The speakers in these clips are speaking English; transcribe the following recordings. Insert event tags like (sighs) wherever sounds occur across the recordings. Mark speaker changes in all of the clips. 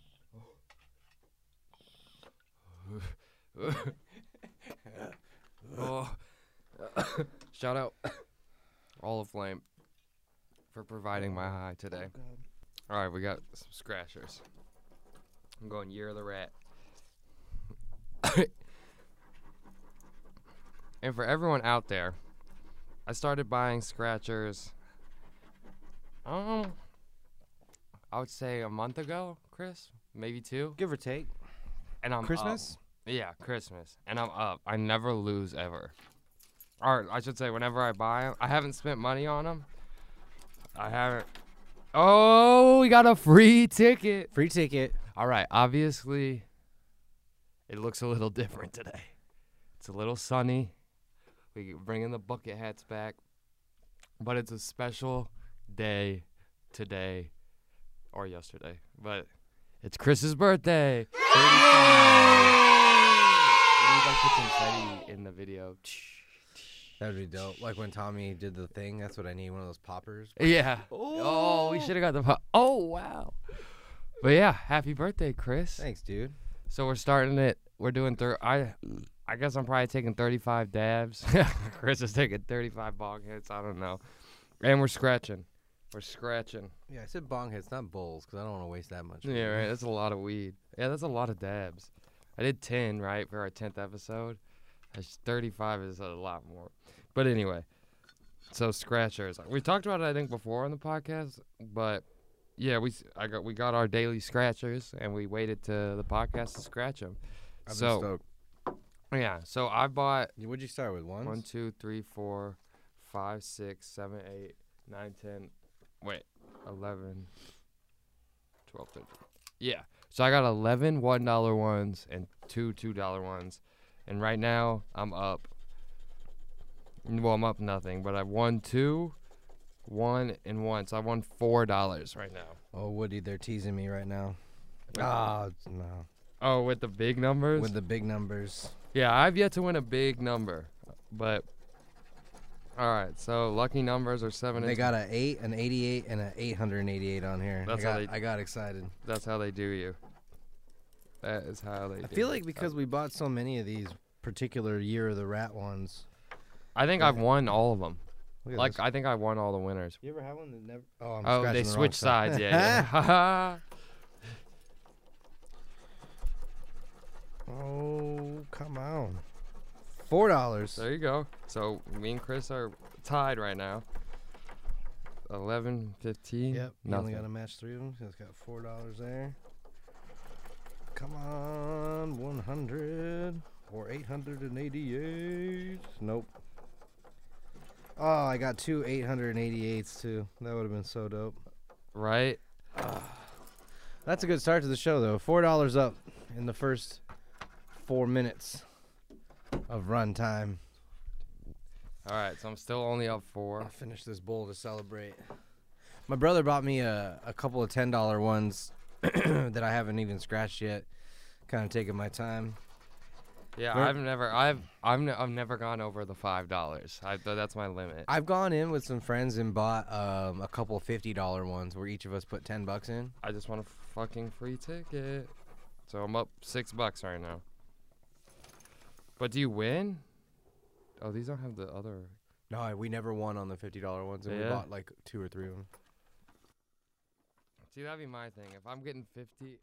Speaker 1: (laughs) oh. (coughs) Shout out Olive Flame for providing my high today. All right, we got some scratchers. I'm going Year of the Rat. (coughs) and for everyone out there, I started buying scratchers. I don't know. I would say a month ago, Chris, maybe two.
Speaker 2: Give or take.
Speaker 1: And I'm up.
Speaker 2: Christmas?
Speaker 1: Yeah, Christmas. And I'm up. I never lose ever. Or I should say, whenever I buy them, I haven't spent money on them. I haven't. Oh, we got a free ticket.
Speaker 2: Free ticket.
Speaker 1: All right. Obviously, it looks a little (laughs) different today. It's a little sunny. We bringing the bucket hats back, but it's a special day today or yesterday. But it's Chris's birthday. We like the confetti in the video. (laughs)
Speaker 2: That would be dope. Like when Tommy did the thing, that's what I need one of those poppers.
Speaker 1: Yeah. Oh, we should have got the pop. Oh, wow. But yeah, happy birthday, Chris.
Speaker 2: Thanks, dude.
Speaker 1: So we're starting it. We're doing thir- I, I guess I'm probably taking 35 dabs. (laughs) Chris is taking 35 bong hits. I don't know. And we're scratching. We're scratching.
Speaker 2: Yeah, I said bong hits, not bowls, because I don't want to waste that much.
Speaker 1: Yeah, right. (laughs) That's a lot of weed. Yeah, that's a lot of dabs. I did 10, right, for our 10th episode. That's- 35 is a lot more. But anyway, so scratchers. We talked about it, I think, before on the podcast, but yeah, we s- I got we got our daily scratchers and we waited to the podcast to scratch them.
Speaker 2: I've
Speaker 1: so
Speaker 2: been stoked.
Speaker 1: yeah, so I bought
Speaker 2: You- What'd you start with? Ones?
Speaker 1: one, two, three, four, five, six, seven, eight, nine, ten. Wait, eleven, twelve, thirteen. Yeah. So I got 11 one dollar ones and two two dollar ones, and right now I'm up. Well, I'm up nothing, but I won two, one and one. So I won four dollars right now.
Speaker 2: Oh, Woody, they're teasing me right now. Ah, no.
Speaker 1: Oh, with the big numbers.
Speaker 2: With the big numbers.
Speaker 1: Yeah, I've yet to win a big number, but. All right, so lucky numbers are seven.
Speaker 2: They
Speaker 1: and
Speaker 2: got an 8, an 88, and an 888 on here.
Speaker 1: That's
Speaker 2: I
Speaker 1: how
Speaker 2: got,
Speaker 1: they-
Speaker 2: I got excited.
Speaker 1: That's how they do you. That is how they.
Speaker 2: I feel like because we bought so many of these particular year of the rat ones.
Speaker 1: I think I've won all of them.
Speaker 2: Look at
Speaker 1: Like
Speaker 2: this.
Speaker 1: I think I won all the winners.
Speaker 2: you ever have one that never? Oh, I'm
Speaker 1: Oh,
Speaker 2: scratching
Speaker 1: they
Speaker 2: the wrong
Speaker 1: switch
Speaker 2: side.
Speaker 1: sides. Yeah.
Speaker 2: (laughs)
Speaker 1: yeah. (laughs) Ha, ha.
Speaker 2: oh, come on. Four dollars.
Speaker 1: there you go. So me and Chris are tied right now. 11, 15.
Speaker 2: Yep. You only
Speaker 1: Nothing.
Speaker 2: got to match three of them. So it's got four dollars there. Come on, one hundred or eight hundred and eighty-eight. Nope. Oh, I got two 888s too. That would have been so dope.
Speaker 1: Right.
Speaker 2: That's a good start to the show, though. Four dollars up in the first four minutes of run time.
Speaker 1: All right. So I'm still only up four.
Speaker 2: I'll finish this bowl to celebrate. My brother bought me a, a couple of ten dollar ones (clears throat) that I haven't even scratched yet. Kind of taking my time.
Speaker 1: Yeah.
Speaker 2: Where-
Speaker 1: I've never. I've. I'm. Ne- I've never gone over the five dollars. I. th- That's my limit.
Speaker 2: I've gone in with some friends and bought um, a couple fifty dollar ones where each of us put ten bucks in.
Speaker 1: I just want a fucking free ticket. So I'm up six bucks right now. But do you win? Oh, these don't have the other.
Speaker 2: No, I- we never won on the fifty dollar ones, and we
Speaker 1: Yeah.
Speaker 2: bought like two or three of them.
Speaker 1: See, that'd be my thing. If I'm getting fifty,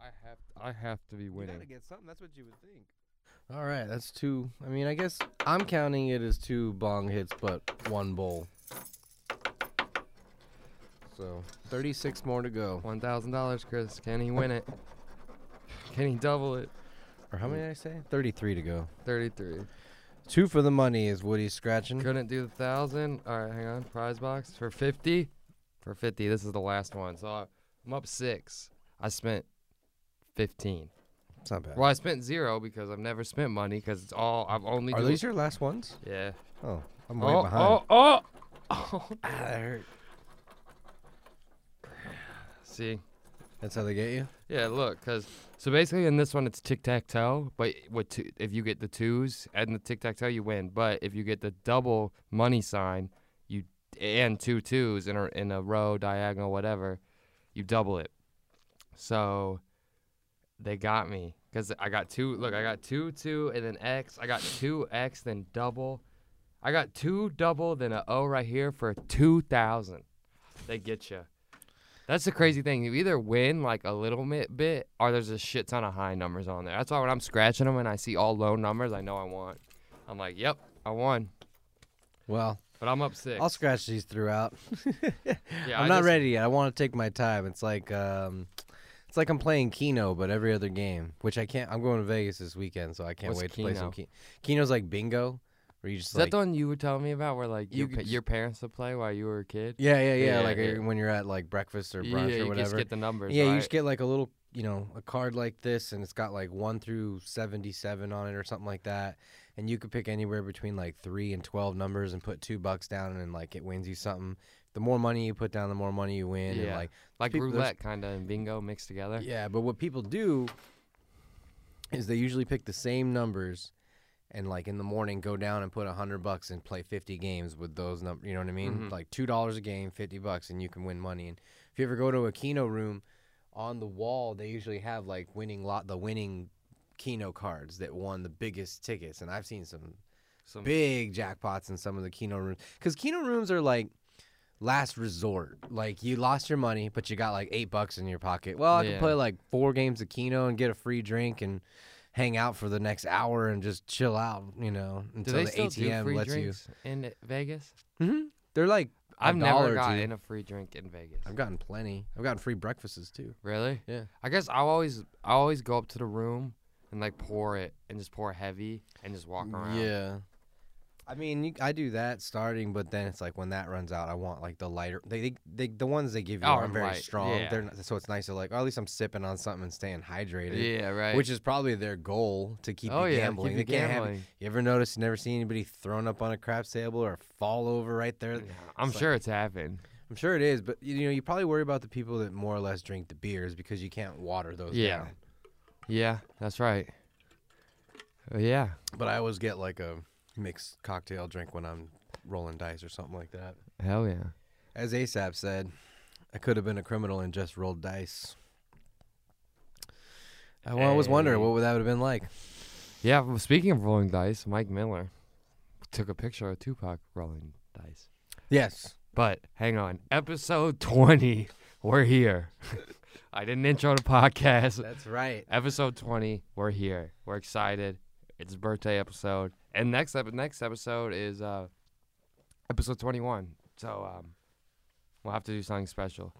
Speaker 1: I have I have to be winning.
Speaker 2: get something. That's what you would think. All right, that's two. I mean, I guess I'm counting it as two bong hits, but one bowl. So 36 more to go.
Speaker 1: One thousand dollars, Chris. Can he win it? Can he double it?
Speaker 2: Or how many did I say? 33 to go.
Speaker 1: Thirty-three.
Speaker 2: Two for the money is Woody scratching.
Speaker 1: Couldn't do the thousand. All right, hang on. Prize box for fifty. For fifty, this is the last one. So I- I'm up six. I spent fifteen.
Speaker 2: It's not bad.
Speaker 1: Well, I spent zero because I've never spent money because it's all I've only.
Speaker 2: Are
Speaker 1: do-
Speaker 2: these your last ones?
Speaker 1: Yeah.
Speaker 2: Oh, I'm way
Speaker 1: Oh,
Speaker 2: behind.
Speaker 1: oh, oh, oh. (laughs)
Speaker 2: Ah, that hurt.
Speaker 1: See.
Speaker 2: That's how they get you?
Speaker 1: Yeah, look, because so basically in this one it's tic tac toe, but with two, if you get the twos and the tic tac toe, you win. But if you get the double money sign, you and two twos in a in a row, diagonal, whatever, you double it. So they got me. Because I got two. Look, I got two, two, and then X. I got two X, then double. I got two double, then a O right here for 2,000. They get you. That's the crazy thing. You either win like a little bit, bit or there's a shit ton of high numbers on there. That's why when I'm scratching them and I see all low numbers, I know I want. I'm like, yep, I won.
Speaker 2: Well,
Speaker 1: But I'm up six.
Speaker 2: I'll scratch these throughout. (laughs)
Speaker 1: yeah,
Speaker 2: I'm
Speaker 1: I
Speaker 2: not
Speaker 1: just-
Speaker 2: ready yet. I want to take my time. It's like um, it's like I'm playing Keno, but every other game, which I can't. I'm going to Vegas this weekend, so I can't
Speaker 1: What's
Speaker 2: wait to play some
Speaker 1: Keno?
Speaker 2: Keno. Keno's like bingo, where you just
Speaker 1: Is
Speaker 2: like
Speaker 1: that the one you were telling me about where like
Speaker 2: You
Speaker 1: your,
Speaker 2: could
Speaker 1: pa-
Speaker 2: s-
Speaker 1: your parents would play while you were a kid?
Speaker 2: yeah, yeah, yeah,
Speaker 1: Yeah,
Speaker 2: like
Speaker 1: yeah.
Speaker 2: uh, when you're at like breakfast or brunch
Speaker 1: yeah, you
Speaker 2: or
Speaker 1: just
Speaker 2: whatever.
Speaker 1: get the numbers.
Speaker 2: yeah,
Speaker 1: right?
Speaker 2: you just get like a little, you know, a card like this, and it's got like one through seventy-seven on it or something like that, and you could pick anywhere between like three and twelve numbers and put two bucks down, and like it wins you something. The more money you put down, the more money you win, and
Speaker 1: Yeah.
Speaker 2: like.
Speaker 1: like
Speaker 2: people- there's-
Speaker 1: roulette kind of and bingo mixed together.
Speaker 2: Yeah, but what people do is they usually pick the same numbers and like in the morning go down and put a hundred bucks and play fifty games with those numbers. You know what I mean?
Speaker 1: Mhm.
Speaker 2: Like two dollars a game, fifty bucks, and you can win money. And if you ever go to a keno room, on the wall they usually have like winning lot the winning keno cards that won the biggest tickets. And I've seen some
Speaker 1: Some-
Speaker 2: big jackpots in some of the keno rooms because keno rooms are like last resort like you lost your money but you got like eight bucks in your pocket well i could
Speaker 1: Yeah.
Speaker 2: play like four games of keno and get a free drink and hang out for the next hour and just chill out you know
Speaker 1: do
Speaker 2: until
Speaker 1: they
Speaker 2: the
Speaker 1: still do
Speaker 2: atm
Speaker 1: free
Speaker 2: lets
Speaker 1: drinks in Vegas?
Speaker 2: you hmm they're like a
Speaker 1: I've
Speaker 2: dollar
Speaker 1: never
Speaker 2: or
Speaker 1: gotten
Speaker 2: two.
Speaker 1: a free drink in Vegas.
Speaker 2: i've gotten plenty i've gotten free breakfasts too
Speaker 1: Really?
Speaker 2: Yeah.
Speaker 1: I guess I always I always go up to the room and like pour it and just pour heavy and just walk around.
Speaker 2: Yeah. I mean, you, I do that starting, but then it's like when that runs out, I want like the lighter. They, they, they the ones they give you
Speaker 1: Oh,
Speaker 2: aren't very
Speaker 1: right,
Speaker 2: strong.
Speaker 1: yeah.
Speaker 2: They're not, so it's nice to like, or at least I'm sipping on something and staying hydrated.
Speaker 1: Yeah, right.
Speaker 2: Which is probably their goal to keep
Speaker 1: oh
Speaker 2: you
Speaker 1: yeah,
Speaker 2: gambling.
Speaker 1: keep you
Speaker 2: they can't have-
Speaker 1: gambling.
Speaker 2: you ever notice? You never see anybody thrown up on a craps table or fall over right there.
Speaker 1: I'm
Speaker 2: it's like-
Speaker 1: sure it's happened.
Speaker 2: I'm sure it is, but you know, you probably worry about the people that more or less drink the beers because you can't water those
Speaker 1: Yeah.
Speaker 2: down.
Speaker 1: Yeah, that's right. Uh, Yeah.
Speaker 2: But I always get like a mixed cocktail drink when I'm rolling dice or something like that.
Speaker 1: Hell yeah.
Speaker 2: As ASAP said, I could have been a criminal and just rolled dice. Uh, I wa- always wonder
Speaker 1: Hey.
Speaker 2: what would that would have been like.
Speaker 1: Yeah, well, speaking of rolling dice, Mike Miller took a picture of Tupac rolling dice.
Speaker 2: Yes.
Speaker 1: But hang on, episode 20, we're here. (laughs) I did an intro to podcast.
Speaker 2: That's right.
Speaker 1: Episode 20, we're here. We're excited. It's a birthday episode. And next ep- next episode is uh episode 21. So um we'll have to do something special.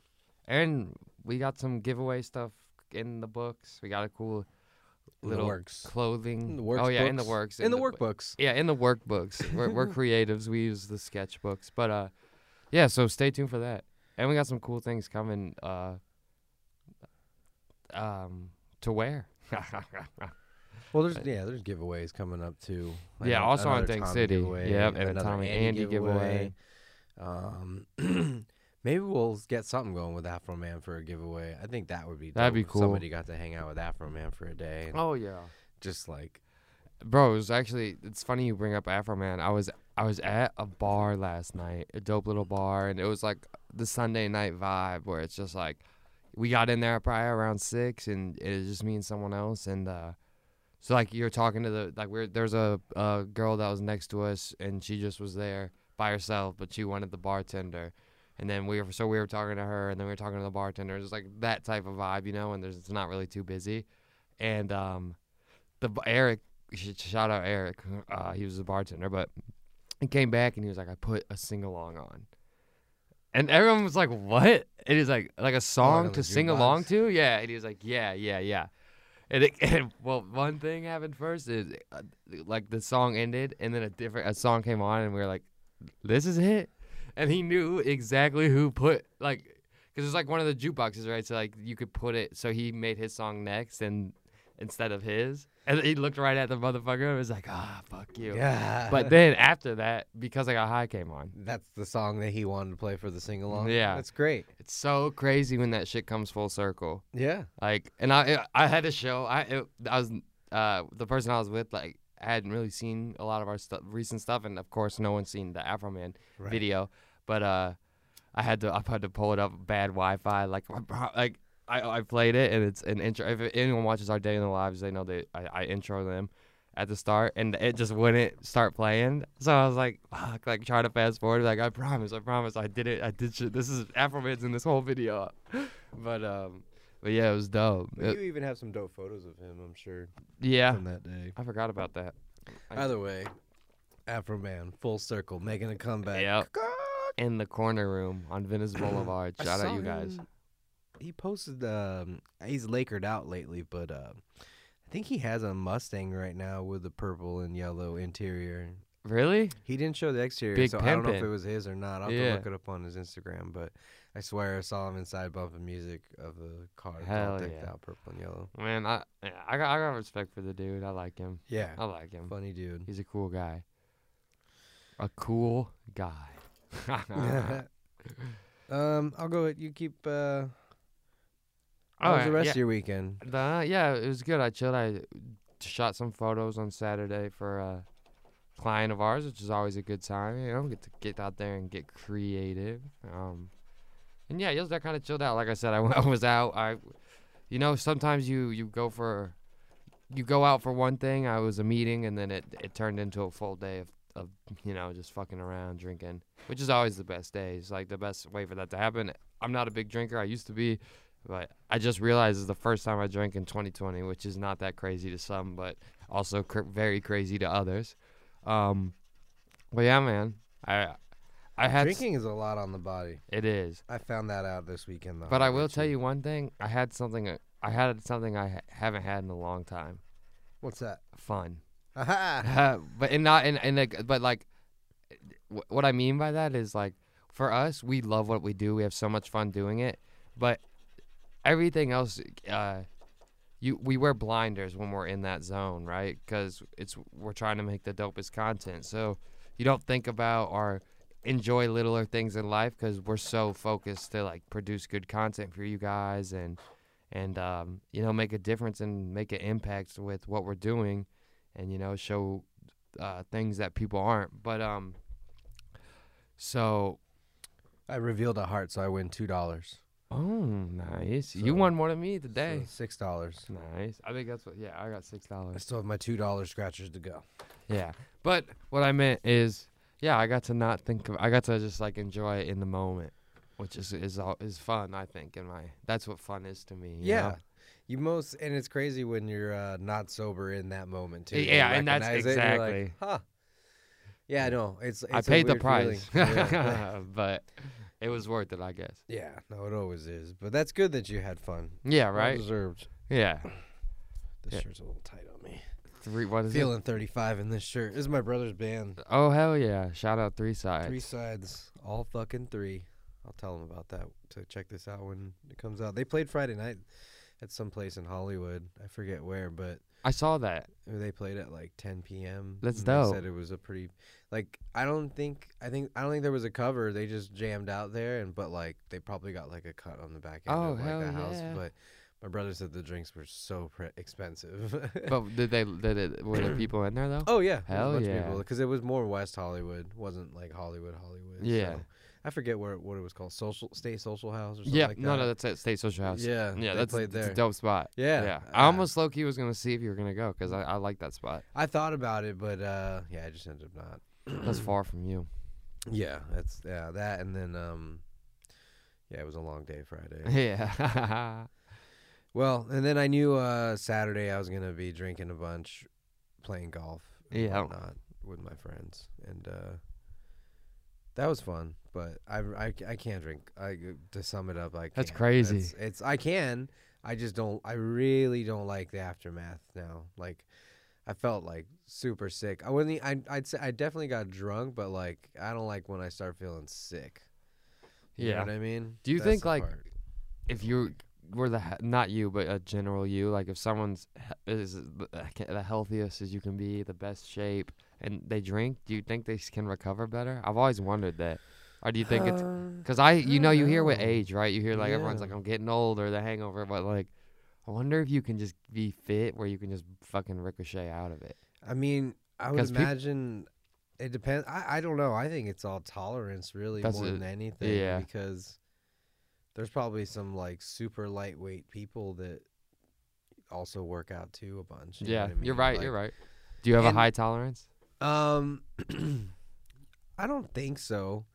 Speaker 1: And we got some giveaway stuff in the books. We got a cool
Speaker 2: Little
Speaker 1: little
Speaker 2: works.
Speaker 1: clothing.
Speaker 2: In the works
Speaker 1: oh yeah, in the
Speaker 2: books.
Speaker 1: works.
Speaker 2: In the
Speaker 1: workbook.
Speaker 2: workbooks.
Speaker 1: Yeah, in the workbooks. We're, (laughs) we're creatives. We use the sketchbooks. But uh, yeah, so stay tuned for that. And we got some cool things coming uh, um, to wear. (laughs)
Speaker 2: Well, there's yeah, there's giveaways coming up too.
Speaker 1: Yeah,
Speaker 2: an-
Speaker 1: also on
Speaker 2: another
Speaker 1: Dank
Speaker 2: Tommy
Speaker 1: City.
Speaker 2: giveaway,
Speaker 1: Yep, and a
Speaker 2: another
Speaker 1: Tommy Andy giveaway.
Speaker 2: Um, (clears throat) maybe we'll get something going with Afro Man for a giveaway. I think that would be
Speaker 1: That'd
Speaker 2: dope
Speaker 1: be
Speaker 2: if
Speaker 1: cool.
Speaker 2: Somebody got to hang out with Afro Man for a day. And
Speaker 1: oh, yeah.
Speaker 2: Just like
Speaker 1: Bro, it was actually, it's funny you bring up Afro Man. I was I was at a bar last night, a dope little bar, and it was like the Sunday night vibe where it's just like we got in there probably around six, and it was just me and someone else, and uh, so like you're talking to the like we're there's a, a girl that was next to us, and she just was there by herself, but she wanted the bartender, and then we were so we were talking to her, and then we were talking to the bartender, just like that type of vibe, you know, and there's it's not really too busy, and um, the b- Eric. sh- Shout out Eric. Uh, he was a bartender, but he came back and he was like, I put a sing along on. And everyone was like, What? And he's like, like a song
Speaker 2: on the
Speaker 1: to sing along
Speaker 2: jukebox?
Speaker 1: to? Yeah. And he was like, Yeah, yeah, yeah. And, it, (laughs) and well, one thing happened first is uh, like the song ended and then a different a song came on and we were like, This is it. And he knew exactly who put like because it's like one of the jukeboxes, right? So like you could put it. So he made his song next and instead of his, and he looked right at the motherfucker and was like, "Ah, fuck you."
Speaker 2: yeah,
Speaker 1: But then after that, because I got high came on.
Speaker 2: That's the song that he wanted to play for the sing along.
Speaker 1: Yeah.
Speaker 2: that's great.
Speaker 1: It's so crazy when that shit comes full circle.
Speaker 2: Yeah,
Speaker 1: Like, and I I had a show. I it, I was uh the person I was with like hadn't really seen a lot of our stu- recent stuff, and of course no one's seen the Afro Man
Speaker 2: Right.
Speaker 1: video. But uh, I had to I had to pull it up bad Wi-Fi. Like my bro- like I, I played it and it's an intro. If anyone watches our day in the lives, they know that I, I intro them at the start and it just wouldn't start playing. So I was like, fuck, like trying to fast forward. Like I promise, I promise, I did it. I did shit. This is Afrovids in this whole video. (laughs) But um, but yeah, it was dope.
Speaker 2: But
Speaker 1: It-
Speaker 2: you even have some dope photos of him, I'm sure,
Speaker 1: yeah,
Speaker 2: from that day.
Speaker 1: I forgot about that. I-
Speaker 2: Either way, Afro Man, full circle, making a comeback.
Speaker 1: Yep. In the corner room on Venice Boulevard.
Speaker 2: (coughs) I
Speaker 1: Shout out
Speaker 2: saw
Speaker 1: you guys.
Speaker 2: him- He posted. Um, he's Lakered out lately, but uh, I think he has a Mustang right now with a purple and yellow interior.
Speaker 1: Really?
Speaker 2: He didn't show the exterior,
Speaker 1: Big
Speaker 2: so I don't know if
Speaker 1: pimpin'.
Speaker 2: it was his or not. I'll have
Speaker 1: Yeah.
Speaker 2: to look it up on his Instagram, but I swear I saw him inside bumping music of a car that's
Speaker 1: Hell
Speaker 2: all decked
Speaker 1: yeah.
Speaker 2: out purple and yellow.
Speaker 1: Man, I I got I got respect for the dude. I like him.
Speaker 2: Yeah,
Speaker 1: I like him.
Speaker 2: funny dude.
Speaker 1: He's a cool guy. A cool
Speaker 2: (laughs)
Speaker 1: guy. (laughs) All
Speaker 2: um, I'll go. with- You keep. Uh, how was the
Speaker 1: right,
Speaker 2: rest
Speaker 1: yeah.
Speaker 2: of your weekend?
Speaker 1: The- uh, yeah, it was good. I chilled. I shot some photos on Saturday for a client of ours, which is always a good time. You know, get to get out there and get creative. Um, and yeah, yesterday I kind of chilled out. Like I said, I, (laughs) w- I was out. I, you know, sometimes you you go for, you go out for one thing. I was a meeting, and then it it turned into a full day of of you know just fucking around drinking, which is always the best days. Like the best way for that to happen. I'm not a big drinker. I used to be. But I just realized it's the first time I drank in 2020, which is not that crazy to some, but also cr- very crazy to others. Um, but yeah, man, I I had s-
Speaker 2: Drinking is a lot on the body.
Speaker 1: it is,
Speaker 2: I found that out this weekend, though.
Speaker 1: but Oh, I
Speaker 2: I'll
Speaker 1: will
Speaker 2: get
Speaker 1: tell you one thing. I had something. uh, I had something I ha- haven't had in a long time.
Speaker 2: What's that? (laughs)
Speaker 1: Fun,
Speaker 2: Aha!
Speaker 1: (laughs) but and not and and like, but like, wh- what I mean by that is like, for us, we love what we do. We have so much fun doing it, but everything else, uh, you we wear blinders when we're in that zone, right? Because it's we're trying to make the dopest content, so you don't think about or enjoy littler things in life because we're so focused to like produce good content for you guys and and um, you know make a difference and make an impact with what we're doing and you know show uh, things that people aren't but um so
Speaker 2: I revealed a heart, so I win two dollars.
Speaker 1: oh nice you
Speaker 2: So-
Speaker 1: won more than me today
Speaker 2: six dollars.
Speaker 1: nice i think that's what yeah i got six
Speaker 2: I (laughs)
Speaker 1: dollars
Speaker 2: still have my two dollar scratchers to go.
Speaker 1: yeah but what i meant is yeah i got to not think of i got to just like enjoy it in the moment which is is all is fun i think in my that's what fun is to me you
Speaker 2: yeah.
Speaker 1: know?
Speaker 2: You most and it's crazy when you're uh, not sober in that moment too. You
Speaker 1: Yeah, and that's
Speaker 2: recognize it, you're like,
Speaker 1: exactly-
Speaker 2: huh. Yeah, no, it's, it's
Speaker 1: i
Speaker 2: a
Speaker 1: paid the
Speaker 2: weird feeling.
Speaker 1: price (laughs)
Speaker 2: yeah.
Speaker 1: but it was worth it i guess
Speaker 2: yeah, no, it always is. But that's good that you had fun.
Speaker 1: yeah
Speaker 2: Well
Speaker 1: right
Speaker 2: deserved.
Speaker 1: yeah
Speaker 2: This
Speaker 1: Yeah.
Speaker 2: shirt's a little tight on me.
Speaker 1: three what is
Speaker 2: Feeling 35 in this shirt. This is my brother's band.
Speaker 1: it oh hell yeah shout out three sides
Speaker 2: Three sides, all fucking three. I'll tell them about that to check this out when it comes out. They played Friday night at some place in Hollywood. I forget where, but
Speaker 1: I saw that.
Speaker 2: they played at like 10 p.m.
Speaker 1: That's
Speaker 2: and they
Speaker 1: dope.
Speaker 2: Said it was a pretty, like I don't think I think I don't think there was a cover. They just jammed out there, and but like they probably got like a cut on the back end
Speaker 1: Oh,
Speaker 2: of like
Speaker 1: hell
Speaker 2: the house.
Speaker 1: yeah.
Speaker 2: But my brother said the drinks were so pre- expensive. (laughs)
Speaker 1: But did they? Did it? Were there people in there though?
Speaker 2: Oh yeah,
Speaker 1: Hell yeah.
Speaker 2: Because it was more West Hollywood, wasn't like Hollywood, Hollywood.
Speaker 1: Yeah.
Speaker 2: so. I forget where what it was called, social state social house or something
Speaker 1: yeah.
Speaker 2: like
Speaker 1: no, no,
Speaker 2: that.
Speaker 1: that's at State Social House.
Speaker 2: yeah,
Speaker 1: yeah,
Speaker 2: they
Speaker 1: that's,
Speaker 2: played
Speaker 1: that's
Speaker 2: there.
Speaker 1: a dope spot.
Speaker 2: Yeah,
Speaker 1: yeah. I
Speaker 2: uh,
Speaker 1: almost low key was gonna see if you were gonna go because I, I like that spot.
Speaker 2: I thought about it, but uh, yeah, I just ended up not. (clears throat)
Speaker 1: That's far from you.
Speaker 2: Yeah, that's yeah that, and then um, yeah, it was a long day Friday.
Speaker 1: (laughs) Yeah.
Speaker 2: well, and then I knew uh Saturday I was gonna be drinking a bunch, playing golf, and
Speaker 1: Yeah.
Speaker 2: whatnot with my friends, and uh, that was fun. But I, I, I can't drink. I to sum it up, I
Speaker 1: That's
Speaker 2: can't.
Speaker 1: crazy.
Speaker 2: It's, it's I can. I just don't. I really don't like the aftermath now. Like, I felt like super sick. I wouldn't. e- I I'd say I definitely got drunk, but like I don't like when I start feeling sick. You
Speaker 1: Yeah.
Speaker 2: know what I mean.
Speaker 1: Do you
Speaker 2: That's
Speaker 1: think,
Speaker 2: the
Speaker 1: like,
Speaker 2: part.
Speaker 1: if you were the he- not you but a general you, like if someone's he- is the- uh, ca- the healthiest as you can be, the best shape, and they drink, do you think they s- can recover better? I've always wondered that. Or do you think it's
Speaker 2: Uh,
Speaker 1: Because I, you
Speaker 2: don't
Speaker 1: know, you hear with
Speaker 2: know.
Speaker 1: age, right? You hear like everyone's
Speaker 2: Oh. Yeah.
Speaker 1: like, I'm getting older, the hangover, but like, I wonder if you can just be fit where you can just fucking ricochet out of it.
Speaker 2: I mean, I would
Speaker 1: 'Cause peop-
Speaker 2: imagine it depends. I, I don't know. I think it's all tolerance, really,
Speaker 1: That's
Speaker 2: more
Speaker 1: it.
Speaker 2: than anything.
Speaker 1: Yeah.
Speaker 2: Because There's probably some like super lightweight people that also work out too a bunch. you know
Speaker 1: yeah,
Speaker 2: what I mean?
Speaker 1: you're right.
Speaker 2: Like,
Speaker 1: you're right. Do you have
Speaker 2: and-
Speaker 1: a high tolerance?
Speaker 2: Um, (clears throat) I don't think so,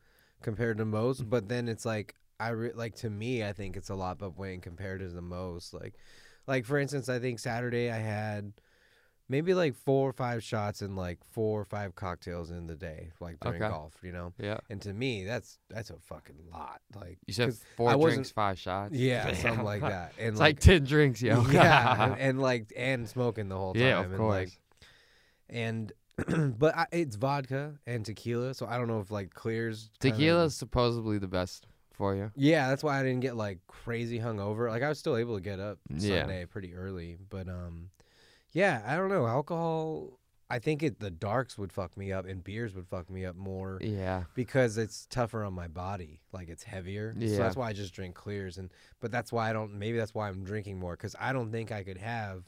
Speaker 2: compared to most. But then it's like I re- like to me, I think it's a lot, but when compared to the most, like, like for instance, I think Saturday I had maybe like four or five shots and like four or five cocktails in the day, like during
Speaker 1: Okay.
Speaker 2: golf, you know.
Speaker 1: Yeah.
Speaker 2: And to me, that's that's a fucking lot. Like
Speaker 1: You said
Speaker 2: (laughs) 'cause-
Speaker 1: four
Speaker 2: I wasn't-
Speaker 1: drinks, five shots. (laughs)
Speaker 2: yeah, something like that. And
Speaker 1: It's like, ten drinks, (laughs) yo.
Speaker 2: (laughs) yeah, and, and, like and smoking the whole time.
Speaker 1: yeah, of
Speaker 2: and,
Speaker 1: course.
Speaker 2: Like, and (clears throat) but I, it's vodka and tequila, so I don't know if like clears kinda-
Speaker 1: Tequila's supposedly the best for you.
Speaker 2: yeah, that's why I didn't get like crazy hungover. Like I was still able to get up
Speaker 1: Yeah.
Speaker 2: Sunday pretty early, but um, yeah, I don't know. Alcohol, I think it the darks would fuck me up and beers would fuck me up more
Speaker 1: Yeah.
Speaker 2: because it's tougher on my body like it's heavier so
Speaker 1: Yeah.
Speaker 2: that's why i just drink clears and but that's why i don't maybe that's why i'm drinking more because i don't think i could have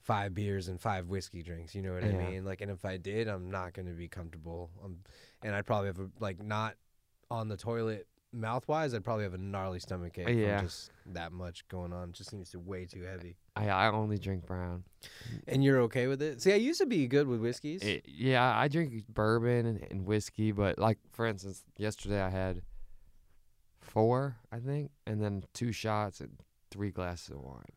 Speaker 2: five beers and five whiskey drinks you know what i
Speaker 1: Yeah.
Speaker 2: mean like and if i did i'm not going to be comfortable um, and i'd probably have a, like not on the toilet mouth wise i'd probably have a gnarly stomach ache
Speaker 1: Yeah.
Speaker 2: from just that much going on It just seems to way too heavy
Speaker 1: I I only drink brown.
Speaker 2: and you're okay with it see i used to be good with whiskeys
Speaker 1: Eh, yeah, I drink bourbon and, and whiskey, but like for instance, yesterday I had four, I think, and then two shots and three glasses of wine.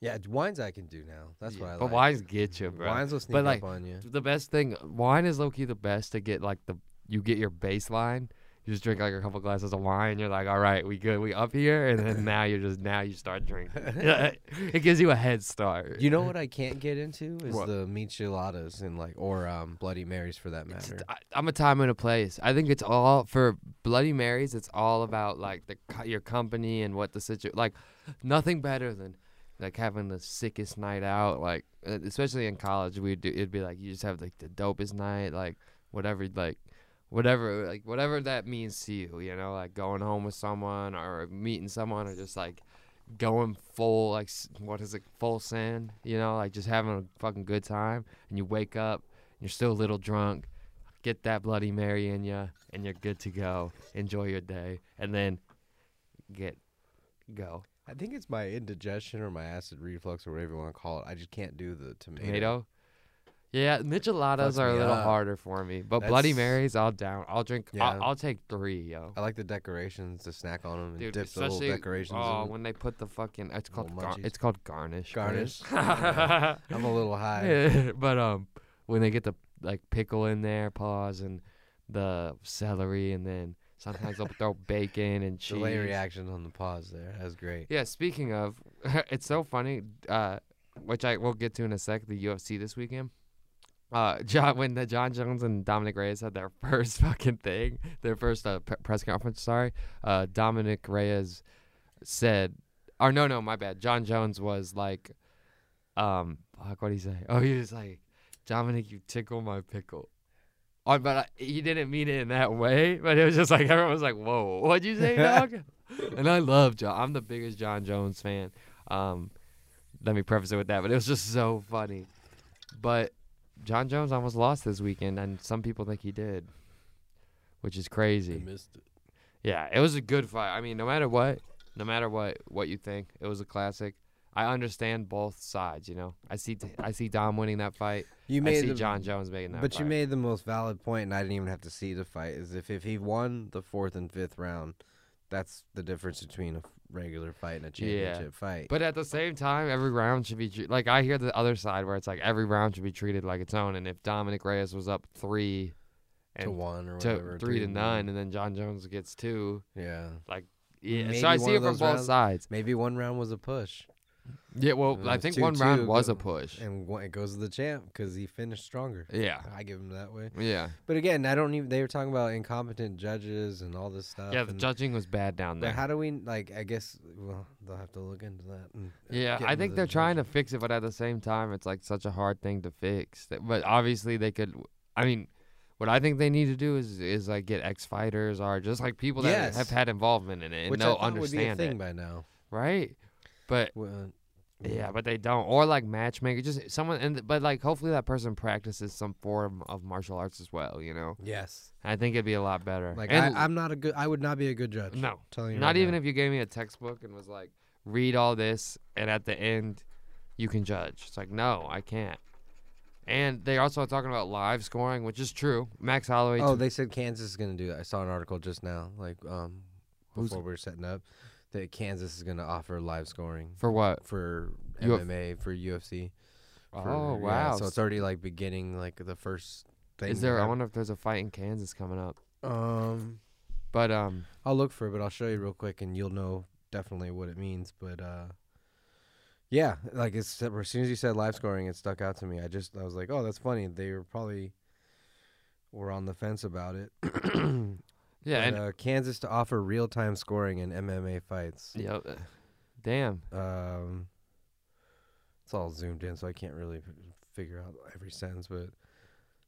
Speaker 2: yeah wines i can do now that's
Speaker 1: Yeah,
Speaker 2: what i
Speaker 1: But
Speaker 2: like Mm-hmm.
Speaker 1: wines get you, bro.
Speaker 2: wines will sneak
Speaker 1: like,
Speaker 2: up on you
Speaker 1: the best thing wine is low key the best to get like the you get your baseline. You just drink like a couple glasses of wine. You're like, all right, we good, we up here, and
Speaker 2: (laughs)
Speaker 1: then now you're just now you start drinking. (laughs) it gives you a head start.
Speaker 2: You know what I can't get into is
Speaker 1: What?
Speaker 2: the micheladas and like or um, Bloody Marys for that matter.
Speaker 1: I, I'm a time and a place. I think it's all for Bloody Marys. It's all about like the co- your company and what the situation. Like nothing better than like having the sickest night out. Like uh, especially in college, we do. It'd be like you just have like the dopest night. Like whatever. Like whatever. Like whatever that means to you. You know, like going home with someone or meeting someone or just like going full like s- what is it full sin you know like just having a fucking good time and you wake up and you're still a little drunk get that bloody mary in you and you're good to go enjoy your day and then get go
Speaker 2: I think it's my indigestion or my acid reflux or whatever you want to call it. I just can't do the tomato.
Speaker 1: tomato yeah micheladas
Speaker 2: Fucks
Speaker 1: are a
Speaker 2: me
Speaker 1: little
Speaker 2: up.
Speaker 1: harder for me but bloody
Speaker 2: That's-
Speaker 1: marys i'll down i'll drink I'll,
Speaker 2: Yeah.
Speaker 1: I'll take three yo
Speaker 2: I like the decorations, to snack on them and
Speaker 1: Dude,
Speaker 2: dip the little
Speaker 1: especially
Speaker 2: decorations
Speaker 1: oh,
Speaker 2: in
Speaker 1: when they put the fucking it's
Speaker 2: Little
Speaker 1: called gar-
Speaker 2: munchies.
Speaker 1: it's called garnish bro.
Speaker 2: garnish.
Speaker 1: (laughs)
Speaker 2: I'm a little high.
Speaker 1: Yeah, (laughs) but um, when they get the like pickle in there, paws and the celery, and then sometimes they'll
Speaker 2: (laughs)
Speaker 1: throw bacon and cheese.
Speaker 2: Delay reaction on the pause there. That was great.
Speaker 1: Yeah, speaking of, (laughs) it's so funny. Uh, which I will get to in a sec. The UFC this weekend. Uh, (laughs) John, when the John Jones and Dominic Reyes had their (laughs) first fucking thing, their first uh, p- press conference. Sorry, uh, Dominic Reyes said, or no, no, my bad. John Jones was like, um, fuck, what would he say? (laughs) Oh, he was like, Dominic, you tickle my pickle. Oh, but I, he didn't mean it in that way. But it was just like (laughs) everyone was like, "Whoa, what'd you say, dog?" and I love John. I'm the biggest John Jones fan. Um, let me preface it with that, but it was just so funny. But John Jones almost lost this weekend, and some people think he did, which is crazy.
Speaker 2: missed it.
Speaker 1: Yeah, it was a good fight. I mean, no matter what, no matter what what you think, it was a classic. I understand both sides, you know. I see I see Dom winning that fight.
Speaker 2: You
Speaker 1: I
Speaker 2: made
Speaker 1: see
Speaker 2: the,
Speaker 1: John Jones making that
Speaker 2: but
Speaker 1: fight.
Speaker 2: you made the most valid point, and I didn't even have to see the fight. Is if if he won the fourth and fifth round, that's the difference between a regular fight and a championship fight.
Speaker 1: but at the same time, every round should be tre- like I hear the other side where it's like every round should be treated like its own. And if Dominic Reyes was up three
Speaker 2: to
Speaker 1: and
Speaker 2: one or
Speaker 1: to
Speaker 2: whatever,
Speaker 1: three to nine, and then John Jones gets two,
Speaker 2: Yeah,
Speaker 1: yeah.
Speaker 2: Maybe
Speaker 1: so I
Speaker 2: one
Speaker 1: see
Speaker 2: of
Speaker 1: it from
Speaker 2: those
Speaker 1: both
Speaker 2: rounds-
Speaker 1: sides.
Speaker 2: maybe one round was a push,
Speaker 1: Yeah, well,
Speaker 2: And
Speaker 1: I
Speaker 2: it's
Speaker 1: think
Speaker 2: two-
Speaker 1: one round
Speaker 2: two,
Speaker 1: was a
Speaker 2: go-
Speaker 1: push.
Speaker 2: and one, it goes to the champ because he finished stronger.
Speaker 1: Yeah,
Speaker 2: I give him that way.
Speaker 1: yeah,
Speaker 2: But again, I don't even. They were talking about incompetent judges and all this stuff.
Speaker 1: yeah. The
Speaker 2: and-
Speaker 1: judging was bad down
Speaker 2: But
Speaker 1: there.
Speaker 2: how do we like? I guess well, they'll have to look into that. And uh,
Speaker 1: Yeah, I think they're trying to fix it, but at the same time, it's like such a hard thing to fix. That- But obviously, they could. I mean, what I think they need to do is is like get ex fighters or just like people that
Speaker 2: Yes.
Speaker 1: have had involvement in it and
Speaker 2: Which I
Speaker 1: they'll
Speaker 2: thought would be a
Speaker 1: understand
Speaker 2: thing
Speaker 1: it,
Speaker 2: by now.
Speaker 1: right? But
Speaker 2: Well,
Speaker 1: Yeah, but they don't. Or like matchmaker, just someone. And but like, hopefully that person practices some form of martial arts as well. You know,
Speaker 2: Yes.
Speaker 1: I think it'd be a lot better.
Speaker 2: Like
Speaker 1: And
Speaker 2: I, I'm not a good. I would not be a good
Speaker 1: (laughs)
Speaker 2: judge.
Speaker 1: No.
Speaker 2: I'm telling you.
Speaker 1: not
Speaker 2: right
Speaker 1: even
Speaker 2: now.
Speaker 1: if you gave me a textbook and was like, read all this, and at the end, you can judge. It's like, no, I can't. And they also are talking about live scoring, which is true. Max Holloway.
Speaker 2: Oh,
Speaker 1: tw-
Speaker 2: they said Kansas is gonna do that. I saw an article just now, like um,
Speaker 1: Who's-
Speaker 2: before we were setting up, that Kansas is gonna offer live scoring
Speaker 1: for what?
Speaker 2: for
Speaker 1: Uf-
Speaker 2: MMA for UFC. for-
Speaker 1: oh
Speaker 2: yeah,
Speaker 1: wow.
Speaker 2: so it's already like beginning like the first thing.
Speaker 1: is there? I
Speaker 2: hap-
Speaker 1: wonder if there's a fight in Kansas coming up.
Speaker 2: Um,
Speaker 1: But um,
Speaker 2: I'll look for it, but I'll show you real quick, and you'll know definitely what it means. But uh, yeah, like it's as soon as you said live scoring, it stuck out to me. I just I was like, oh, that's funny. They were probably were on the fence about it.
Speaker 1: yeah,
Speaker 2: But,
Speaker 1: and
Speaker 2: uh, Kansas to offer real time scoring in MMA fights.
Speaker 1: yeah, damn.
Speaker 2: Um, it's all zoomed in, so I can't really f- figure out every sentence, but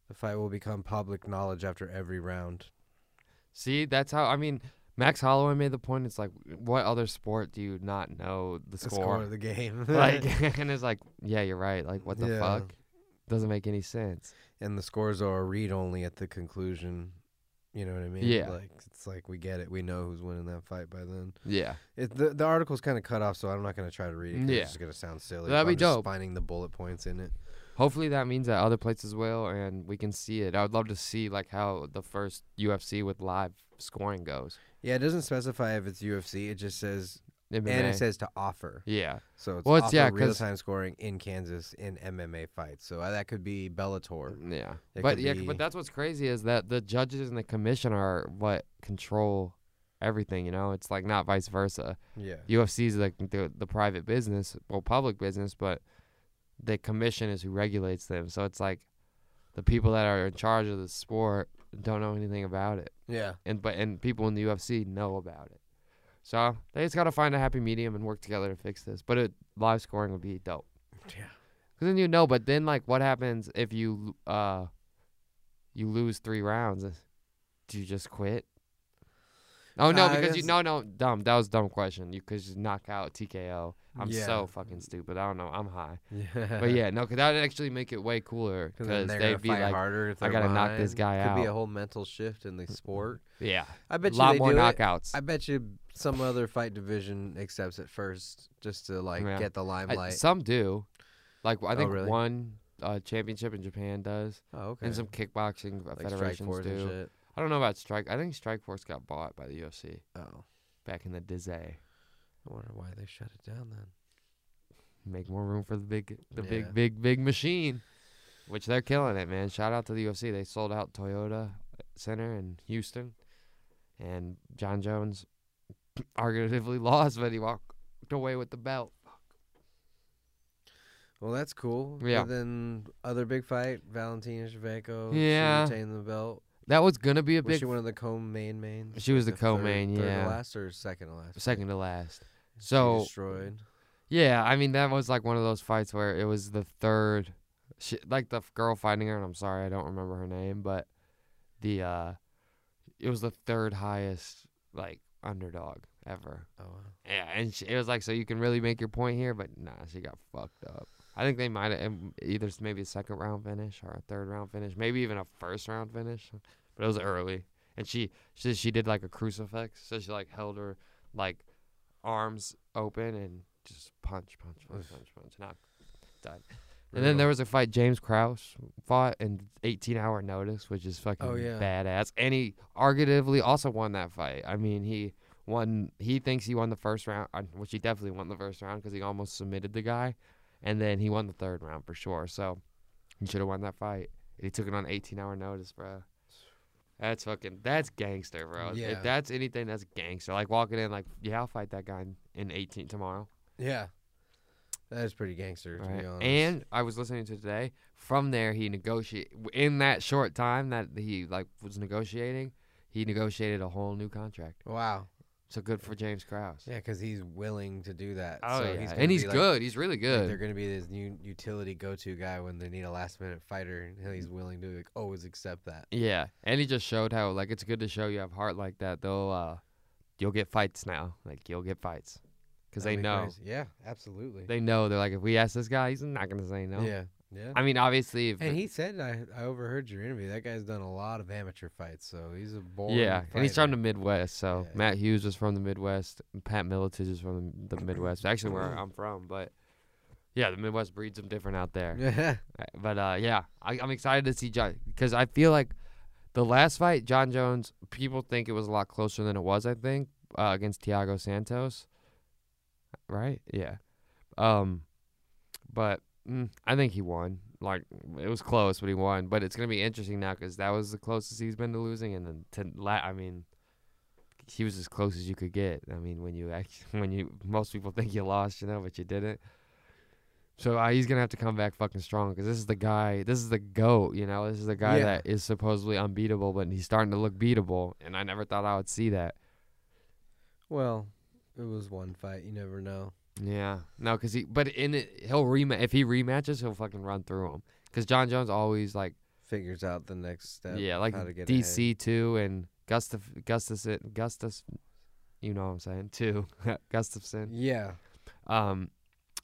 Speaker 2: the fight will become public knowledge after every round.
Speaker 1: See, that's how. I mean, Max Holloway made the point. It's like, what other sport do you not know the score?
Speaker 2: The score of the
Speaker 1: (laughs)
Speaker 2: game. (laughs)
Speaker 1: like, and it's like, yeah, you're right. Like, what the
Speaker 2: Yeah.
Speaker 1: fuck? Doesn't make any sense.
Speaker 2: and the scores are read only at the conclusion. You know what I mean?
Speaker 1: Yeah.
Speaker 2: Like it's like we get it. We know who's winning that fight by then.
Speaker 1: Yeah.
Speaker 2: It, the the article's kind of cut off, so I'm not gonna try to read it. 'cause
Speaker 1: Yeah.
Speaker 2: It's just gonna sound silly.
Speaker 1: That'd
Speaker 2: but
Speaker 1: be
Speaker 2: I'm just
Speaker 1: dope.
Speaker 2: Finding the bullet points in it.
Speaker 1: Hopefully that means that other places will, and we can see it. I would love to see like how the first UFC with live scoring goes.
Speaker 2: Yeah, it doesn't specify if it's UFC. It just says
Speaker 1: MMA.
Speaker 2: and it says to offer.
Speaker 1: yeah.
Speaker 2: So it's,
Speaker 1: Well, it's-
Speaker 2: offer
Speaker 1: yeah, 'cause-
Speaker 2: real time scoring in Kansas in MMA fights. So uh, that could be Bellator.
Speaker 1: Yeah.
Speaker 2: It
Speaker 1: but
Speaker 2: could
Speaker 1: yeah,
Speaker 2: be-
Speaker 1: but that's what's crazy is that the judges and the commission are what control everything. You know, it's like not vice versa.
Speaker 2: Yeah.
Speaker 1: UFC is like the, the private business, well, public business, but the commission is who regulates them. So it's like the people that are in charge of the sport don't know anything about it,
Speaker 2: Yeah.
Speaker 1: and but and people in the UFC know about it. So they just gotta find a happy medium and work together to fix this. But it, live scoring would be dope.
Speaker 2: Yeah.
Speaker 1: Cause then you know. But then like, what happens if you l- uh you lose three rounds? Do you just quit? Oh no,
Speaker 2: I
Speaker 1: because you
Speaker 2: guess-
Speaker 1: no no dumb. That was a dumb question. You could just knock out TKO. I'm
Speaker 2: Yeah.
Speaker 1: so fucking stupid. I don't know. I'm
Speaker 2: (laughs)
Speaker 1: high.
Speaker 2: Yeah.
Speaker 1: But yeah, no, because that would actually make it way cooler.
Speaker 2: Because then
Speaker 1: Because
Speaker 2: they're gonna
Speaker 1: they'd be
Speaker 2: fight
Speaker 1: like,
Speaker 2: harder. If
Speaker 1: I
Speaker 2: they're
Speaker 1: gotta knock this
Speaker 2: behind.
Speaker 1: guy
Speaker 2: Could be
Speaker 1: out.
Speaker 2: a whole mental shift in the sport.
Speaker 1: yeah,
Speaker 2: I
Speaker 1: a
Speaker 2: bet you
Speaker 1: lot
Speaker 2: they
Speaker 1: more
Speaker 2: do it.
Speaker 1: knockouts.
Speaker 2: I bet you some other fight division accepts it first, just to like
Speaker 1: Yeah.
Speaker 2: get the
Speaker 1: I-
Speaker 2: limelight.
Speaker 1: some do. Like I think
Speaker 2: really?
Speaker 1: one uh, championship in Japan does,
Speaker 2: oh, okay.
Speaker 1: and some kickboxing uh,
Speaker 2: like strike
Speaker 1: federations
Speaker 2: force
Speaker 1: do.
Speaker 2: and shit.
Speaker 1: I don't know about Strike. I think Strike Force got bought by the UFC
Speaker 2: Oh,
Speaker 1: back in the day.
Speaker 2: I wonder why they shut it down then.
Speaker 1: Make more room for the big, the
Speaker 2: Yeah.
Speaker 1: big, big, big machine, which they're killing it, man. Shout out to the UFC. They sold out Toyota Center in Houston, and John Jones (clears throat) arguably lost, but he walked away with the belt.
Speaker 2: Well, that's cool.
Speaker 1: Yeah.
Speaker 2: But then other big fight, Valentina Shevchenko.
Speaker 1: Yeah.
Speaker 2: She retained the belt.
Speaker 1: That was gonna be a
Speaker 2: was
Speaker 1: big
Speaker 2: she one of the co-main mains?
Speaker 1: She was
Speaker 2: Like
Speaker 1: the co-main,
Speaker 2: third, Third
Speaker 1: yeah.
Speaker 2: to last or second to last.
Speaker 1: second to last.
Speaker 2: She
Speaker 1: So
Speaker 2: destroyed.
Speaker 1: Yeah, I mean that was like one of those fights where it was the third, sh like the f- girl fighting her, and I'm sorry I don't remember her name, but the uh, it was the third highest like underdog ever.
Speaker 2: Oh wow.
Speaker 1: Yeah, and she, it was like so you can really make your point here, but nah, she got fucked up. I think they might have um, either s- maybe a second round finish or a third round finish, maybe even a first round finish, but it was early. And she she she did like a crucifix, so she like held her like arms open and just punch, punch, punch,
Speaker 2: Oof.
Speaker 1: punch, punch, knock, died. And then there was a fight James Krause fought in 18 hour notice, which is fucking
Speaker 2: Oh, yeah.
Speaker 1: badass. And he arguably also won that fight. I mean, he won. He thinks he won the first round, uh, which he definitely won the first round because he almost submitted the guy, and then he won the third round for sure. So he should have won that fight. He took it on 18 hour notice, bro. That's fucking. That's gangster, bro.
Speaker 2: Yeah.
Speaker 1: If that's anything, that's gangster. Like walking in, like yeah, I'll fight that guy in, in 18 tomorrow.
Speaker 2: Yeah. That is pretty gangster to
Speaker 1: Right.
Speaker 2: be honest.
Speaker 1: And I was listening to today. From there, he negotiate in that short time that he like was negotiating. He negotiated a whole new contract.
Speaker 2: wow.
Speaker 1: So good for James Krause.
Speaker 2: Yeah, because he's willing to do that.
Speaker 1: Oh
Speaker 2: so
Speaker 1: yeah,
Speaker 2: he's gonna
Speaker 1: and he's
Speaker 2: be, like,
Speaker 1: good. He's really
Speaker 2: Like,
Speaker 1: good.
Speaker 2: they're going to be this new utility go-to guy when they need a last-minute fighter, and
Speaker 1: Mm.
Speaker 2: he's willing to like, always accept that.
Speaker 1: yeah, and he just showed how like it's good to show you have heart like that. They'll uh, you'll get fights now. Like you'll get fights. because they
Speaker 2: That'd be
Speaker 1: know.
Speaker 2: crazy. Yeah, absolutely.
Speaker 1: They know. They're like, if we ask this guy, he's not gonna say no.
Speaker 2: Yeah, yeah.
Speaker 1: I mean, obviously, if
Speaker 2: and
Speaker 1: the-
Speaker 2: he said, I, I overheard your interview. That guy's done a lot of amateur fights, so he's a born.
Speaker 1: yeah, and he's from the
Speaker 2: fighter.
Speaker 1: Midwest. So
Speaker 2: Yeah.
Speaker 1: Matt Hughes is from the Midwest. and Pat Miletich is from the the Midwest. Actually, where I'm from, but yeah, the Midwest breeds them different out there.
Speaker 2: (laughs) Yeah,
Speaker 1: Uh, But uh, yeah, I, I'm excited to see John because I feel like the last fight, John Jones, people think it was a lot closer than it was. I think uh, against Thiago Santos, right? Yeah. Um, but mm, I think he won. Like it was close, but he won. But it's gonna be interesting now because that was the closest he's been to losing, and then to la- I mean, he was as close as you could get. I mean, when you act, (laughs) when you most people think you lost, you know, but you didn't. So uh, he's gonna have to come back fucking strong because this is the guy, this is the goat, you know, this is the guy
Speaker 2: Yeah.
Speaker 1: that is supposedly unbeatable, but he's starting to look beatable, and I never thought I would see that.
Speaker 2: well, it was one fight. You never know.
Speaker 1: Yeah, no, because he, but in it, he'll rematch if he rematches, he'll fucking run through him. Because John Jones always like,
Speaker 2: Figures out the next step.
Speaker 1: yeah, like
Speaker 2: how to get
Speaker 1: DC two and Gustaf Gustus Gustus, you know what I'm saying too, (laughs)
Speaker 2: ahead.
Speaker 1: Gustafson.
Speaker 2: Yeah,
Speaker 1: Um,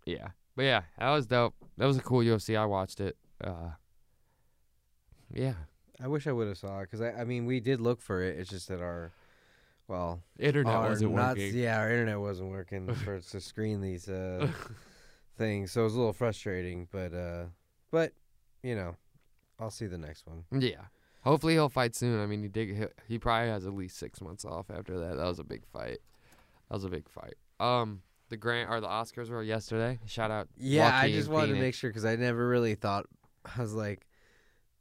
Speaker 1: yeah, but yeah, that was dope. That was a cool UFC. I watched it. Uh, yeah,
Speaker 2: I wish I would have saw it because I, I mean we did look for it. It's just that our, well,
Speaker 1: internet
Speaker 2: our
Speaker 1: wasn't
Speaker 2: nuts-
Speaker 1: working.
Speaker 2: Yeah, our internet wasn't working (laughs) for us to screen these (laughs) uh, things, so it was a little frustrating. But uh, but you know, I'll see the next one.
Speaker 1: Yeah. Hopefully he'll fight soon. I mean, he did. He, he probably has at least six months off after that. That was a big fight. That was a big fight. Um, the grant or the Oscars were yesterday. Shout out.
Speaker 2: Yeah, I
Speaker 1: Joaquin
Speaker 2: just wanted to
Speaker 1: Phoenix.
Speaker 2: make sure because I never really thought. I was like,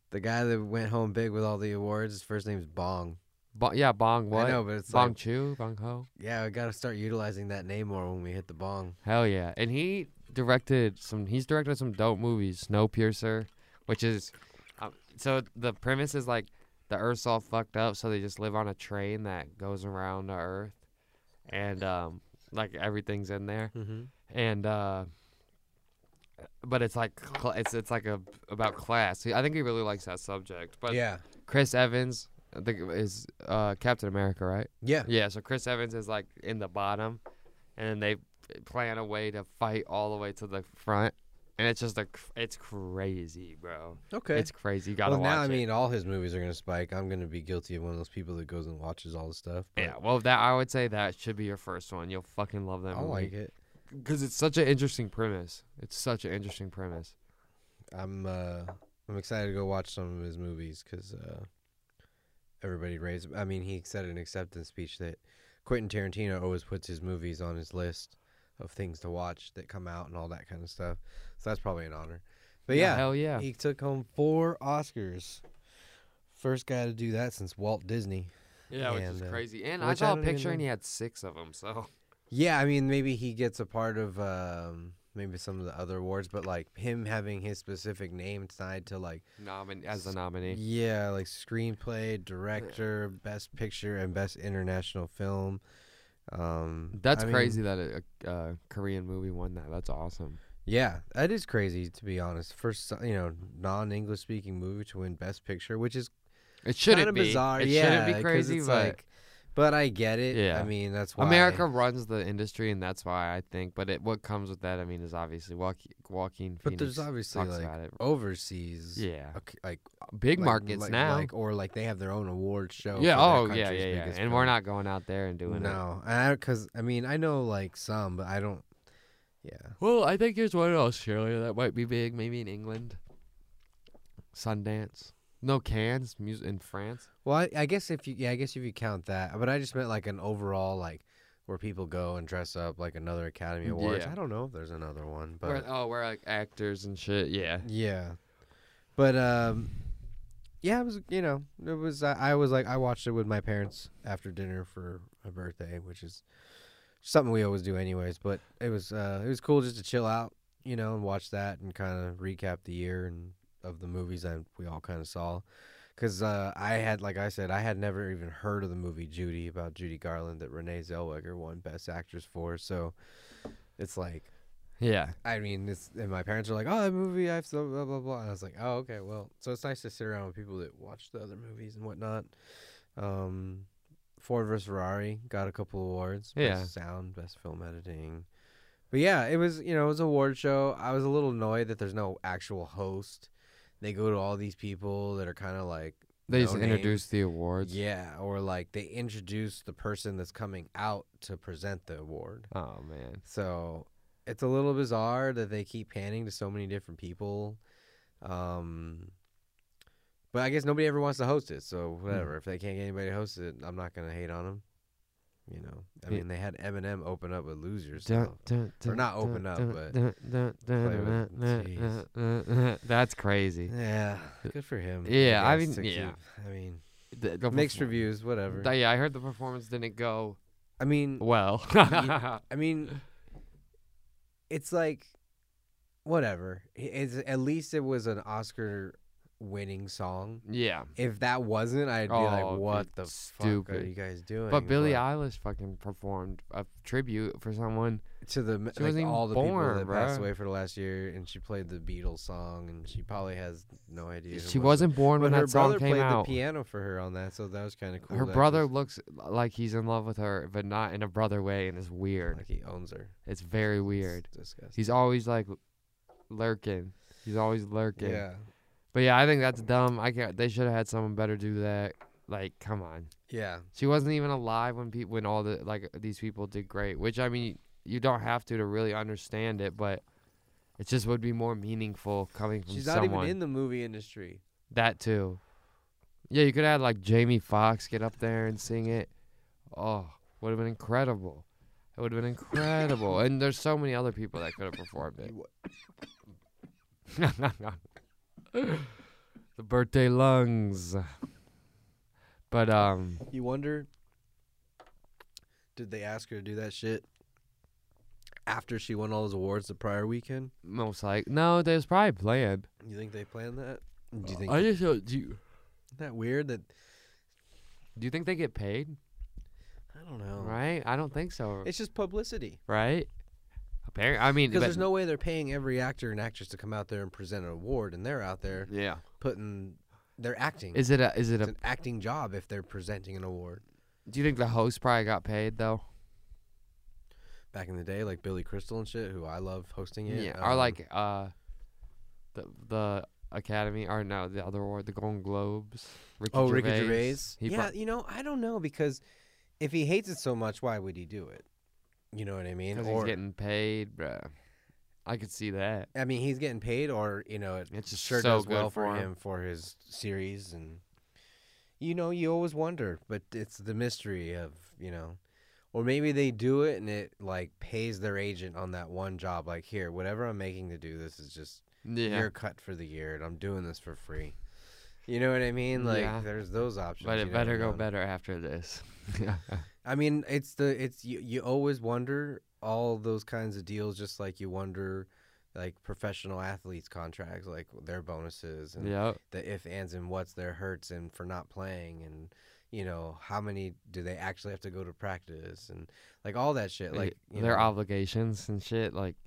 Speaker 2: the guy that went home big with all the awards. His first name's Bong.
Speaker 1: Bo- yeah, Bong what?
Speaker 2: I know, but it's
Speaker 1: Bong
Speaker 2: like,
Speaker 1: Chu, Bong Ho.
Speaker 2: yeah, we got to start utilizing that name more when we hit the bong.
Speaker 1: Hell yeah! And he directed some. He's directed some dope movies. Snowpiercer, which is, um, so the premise is like the Earth's all fucked up, so they just live on a train that goes around the Earth, and um, like everything's in there.
Speaker 2: Mm-hmm.
Speaker 1: and uh but it's like cl- it's it's like a about class. He- I think he really likes that subject. But
Speaker 2: yeah,
Speaker 1: Chris Evans, I think is uh, Captain America, right?
Speaker 2: yeah,
Speaker 1: Yeah. So Chris Evans is like in the bottom, and then they plan a way to fight all the way to the front, and it's just a cr- it's crazy, bro.
Speaker 2: okay.
Speaker 1: It's crazy. You gotta
Speaker 2: well,
Speaker 1: watch
Speaker 2: now I
Speaker 1: it.
Speaker 2: mean, all his movies are gonna spike. I'm gonna be guilty of one of those people that goes and watches all the stuff. but
Speaker 1: yeah. Well, that I would say that should be your first one. You'll fucking love that
Speaker 2: I like
Speaker 1: movie
Speaker 2: it.
Speaker 1: because it's such an interesting premise. It's such an interesting premise.
Speaker 2: I'm uh, I'm excited to go watch some of his movies because uh, everybody raised. I mean, he said in an acceptance speech that Quentin Tarantino always puts his movies on his list of things to watch that come out and all that kind of stuff. So that's probably an honor. But
Speaker 1: Yeah,
Speaker 2: yeah,
Speaker 1: hell yeah.
Speaker 2: he took home four Oscars. First guy to do that since Walt Disney.
Speaker 1: Yeah, which is
Speaker 2: And, uh,
Speaker 1: crazy. And I
Speaker 2: which
Speaker 1: saw
Speaker 2: I
Speaker 1: a
Speaker 2: don't even
Speaker 1: picture and
Speaker 2: know.
Speaker 1: he had six of them. So (laughs)
Speaker 2: Yeah, I mean, maybe he gets a part of um, maybe some of the other awards, but like him having his specific name tied to like.
Speaker 1: Nomin- as a nominee.
Speaker 2: Yeah, like screenplay, director, best picture, and best international film. Um,
Speaker 1: That's
Speaker 2: I mean,
Speaker 1: crazy that a, a uh, Korean movie won that. That's awesome.
Speaker 2: Yeah, that is crazy to be honest. First, so- you know, non-English speaking movie to win best picture, which is
Speaker 1: It
Speaker 2: kind
Speaker 1: shouldn't
Speaker 2: of
Speaker 1: be
Speaker 2: bizarre.
Speaker 1: It
Speaker 2: yeah,
Speaker 1: shouldn't be
Speaker 2: 'cause
Speaker 1: crazy,
Speaker 2: it's
Speaker 1: but
Speaker 2: like, but I get it.
Speaker 1: Yeah.
Speaker 2: I mean that's why
Speaker 1: America runs the industry, and that's why I think. But it, what comes with that, I mean, is obviously Joaqu- Joaquin Phoenix.
Speaker 2: But there's obviously
Speaker 1: talks
Speaker 2: like
Speaker 1: about it.
Speaker 2: overseas,
Speaker 1: Yeah,
Speaker 2: okay, like
Speaker 1: big
Speaker 2: like-
Speaker 1: markets
Speaker 2: like-
Speaker 1: now.
Speaker 2: like, or like they have their own award show.
Speaker 1: yeah.
Speaker 2: for
Speaker 1: Oh,
Speaker 2: their
Speaker 1: yeah,
Speaker 2: country's
Speaker 1: yeah, yeah. And
Speaker 2: biggest
Speaker 1: we're
Speaker 2: film.
Speaker 1: not going out there and doing it.
Speaker 2: No, because I, mean I know like some, but I don't. Yeah,
Speaker 1: Well, I think there's one in Australia that might be big. Maybe in England. Sundance. No Cannes. Mus- in France.
Speaker 2: Well, I, I guess if you yeah, I guess if you count that, but I just meant like an overall like where people go and dress up like another Academy Awards.
Speaker 1: Mm, Yeah.
Speaker 2: I don't know if there's another one, but
Speaker 1: Where, oh, we're like actors and shit. Yeah.
Speaker 2: yeah, but um, yeah, it was you know it was I, I was like I watched it with my parents after dinner for a birthday, which is something we always do anyways. But it was uh it was cool just to chill out, you know, and watch that and kind of recap the year and of the movies that we all kind of saw. Because uh, I had, like I said, I had never even heard of the movie Judy about Judy Garland that Renee Zellweger won Best Actress for. So it's like,
Speaker 1: Yeah.
Speaker 2: I mean, it's, and my parents are like, oh, that movie, I've so blah, blah, blah. And I was like, oh, okay, well, so it's nice to sit around with people that watch the other movies and whatnot. Um, Ford vs. Ferrari got a couple awards.
Speaker 1: Yeah.
Speaker 2: Best sound, best film editing. But yeah, it was you know it was a award show. I was a little annoyed that there's no actual host. They go to all these people that are kind of like
Speaker 1: They
Speaker 2: No
Speaker 1: just
Speaker 2: names.
Speaker 1: introduced the awards.
Speaker 2: yeah, or like they introduce the person that's coming out to present the award.
Speaker 1: Oh man.
Speaker 2: So it's a little bizarre that they keep panning to so many different people. Um, but I guess nobody ever wants to host it, so
Speaker 1: Hmm.
Speaker 2: whatever. If they can't get anybody to host it, I'm not gonna hate on them. You know, I
Speaker 1: Yeah.
Speaker 2: mean, they had Eminem open up with losers. so-
Speaker 1: Dun, dun, dun,
Speaker 2: Or not
Speaker 1: dun,
Speaker 2: open up,
Speaker 1: dun,
Speaker 2: but
Speaker 1: dun, dun, dun,
Speaker 2: play with-
Speaker 1: dun, dun, dun, dun. That's
Speaker 2: (laughs)
Speaker 1: crazy.
Speaker 2: Yeah, good for him.
Speaker 1: Yeah, I mean,
Speaker 2: guess, to
Speaker 1: yeah.
Speaker 2: keep- I mean,
Speaker 1: The- the
Speaker 2: mixed
Speaker 1: perform-
Speaker 2: reviews, whatever.
Speaker 1: Th- yeah, I heard the performance didn't go
Speaker 2: I mean,
Speaker 1: well.
Speaker 2: Ye- I mean, it's like, whatever. I- It's, at least it was an Oscar-winning song.
Speaker 1: (laughs) yeah,
Speaker 2: If that wasn't, I'd be like,
Speaker 1: Oh,
Speaker 2: "What
Speaker 1: dude,
Speaker 2: the fuck are
Speaker 1: stupid.
Speaker 2: you guys doing?"
Speaker 1: but Billie Eilish fucking performed a tribute for someone.
Speaker 2: to the m-
Speaker 1: she
Speaker 2: like,
Speaker 1: wasn't even
Speaker 2: all the
Speaker 1: born,
Speaker 2: people that passed
Speaker 1: bruh.
Speaker 2: away for the last year, and she played the Beatles song, and she probably has no idea. who
Speaker 1: she
Speaker 2: was it.
Speaker 1: wasn't born
Speaker 2: But
Speaker 1: when
Speaker 2: her
Speaker 1: that song
Speaker 2: brother
Speaker 1: came
Speaker 2: played
Speaker 1: out.
Speaker 2: the piano for her on that, so that was kind of cool.
Speaker 1: her
Speaker 2: that
Speaker 1: brother
Speaker 2: just-
Speaker 1: looks like he's in love with her, but not in a brother way, and it's weird.
Speaker 2: like he owns her.
Speaker 1: it's very
Speaker 2: It's
Speaker 1: weird.
Speaker 2: disgusting.
Speaker 1: He's always like lurking. He's always lurking.
Speaker 2: Yeah.
Speaker 1: But yeah, I think that's dumb. I can't, they should have had someone better do that. Like, come on.
Speaker 2: Yeah.
Speaker 1: She wasn't even alive when people when all the like these people did great. Which I mean, you don't have to to really understand it, but it just would be more meaningful coming from
Speaker 2: She's not
Speaker 1: someone.
Speaker 2: even in the movie industry.
Speaker 1: that too. Yeah, you could have had like Jamie Foxx get up there and sing it. Oh, would have been incredible. It would have been incredible. and there's so many other people that could have performed it. (laughs) the birthday lungs. But um
Speaker 2: You wonder, did they ask her to do that shit after she won all those awards the prior weekend?
Speaker 1: most like no, there's probably planned.
Speaker 2: You think they planned that? Do you think
Speaker 1: I just don't- do you,
Speaker 2: isn't that weird that
Speaker 1: do you think they get paid?
Speaker 2: I don't know?
Speaker 1: Right? I don't think so.
Speaker 2: Oh. It's just publicity
Speaker 1: right? Apparently, I mean,
Speaker 2: because
Speaker 1: but-
Speaker 2: there's no way they're paying every actor and actress to come out there and present an award, and they're out there
Speaker 1: yeah.
Speaker 2: putting their acting.
Speaker 1: Is it a is it
Speaker 2: it's
Speaker 1: a
Speaker 2: an acting job if they're presenting an award.
Speaker 1: Do you think the host probably got paid though?
Speaker 2: Back in the day, like Billy Crystal and shit, who I love hosting it.
Speaker 1: Or
Speaker 2: um,
Speaker 1: like uh, the the Academy or no the other award the Golden Globes. Ricky
Speaker 2: Oh, Ricky Gervais.
Speaker 1: He
Speaker 2: yeah,
Speaker 1: pro-
Speaker 2: you know, I don't know because if he hates it so much, why would he do it? You know what I mean?
Speaker 1: because he's
Speaker 2: Or
Speaker 1: getting paid, bruh. I could see that.
Speaker 2: I mean, he's getting paid, or you know, it
Speaker 1: It's just
Speaker 2: sure
Speaker 1: so
Speaker 2: does
Speaker 1: good
Speaker 2: well
Speaker 1: for him.
Speaker 2: for his series, and you know, you always wonder, but it's the mystery of you know, or maybe they do it and it like pays their agent on that one job, like here, whatever I'm making to do this is just
Speaker 1: Yeah,
Speaker 2: your cut for the year, and I'm doing this for free. You know what I mean? Like,
Speaker 1: Yeah.
Speaker 2: there's those options.
Speaker 1: but
Speaker 2: you
Speaker 1: it
Speaker 2: never
Speaker 1: better go
Speaker 2: know.
Speaker 1: better after this. (laughs)
Speaker 2: I mean, it's the it's you, you always wonder all those kinds of deals, just like you wonder like professional athletes contracts, like their bonuses and (laughs)
Speaker 1: yep.
Speaker 2: the if ands and what's their hurts and for not playing and you know how many do they actually have to go to practice and like all that shit. Like you
Speaker 1: their
Speaker 2: know.
Speaker 1: obligations and shit. Like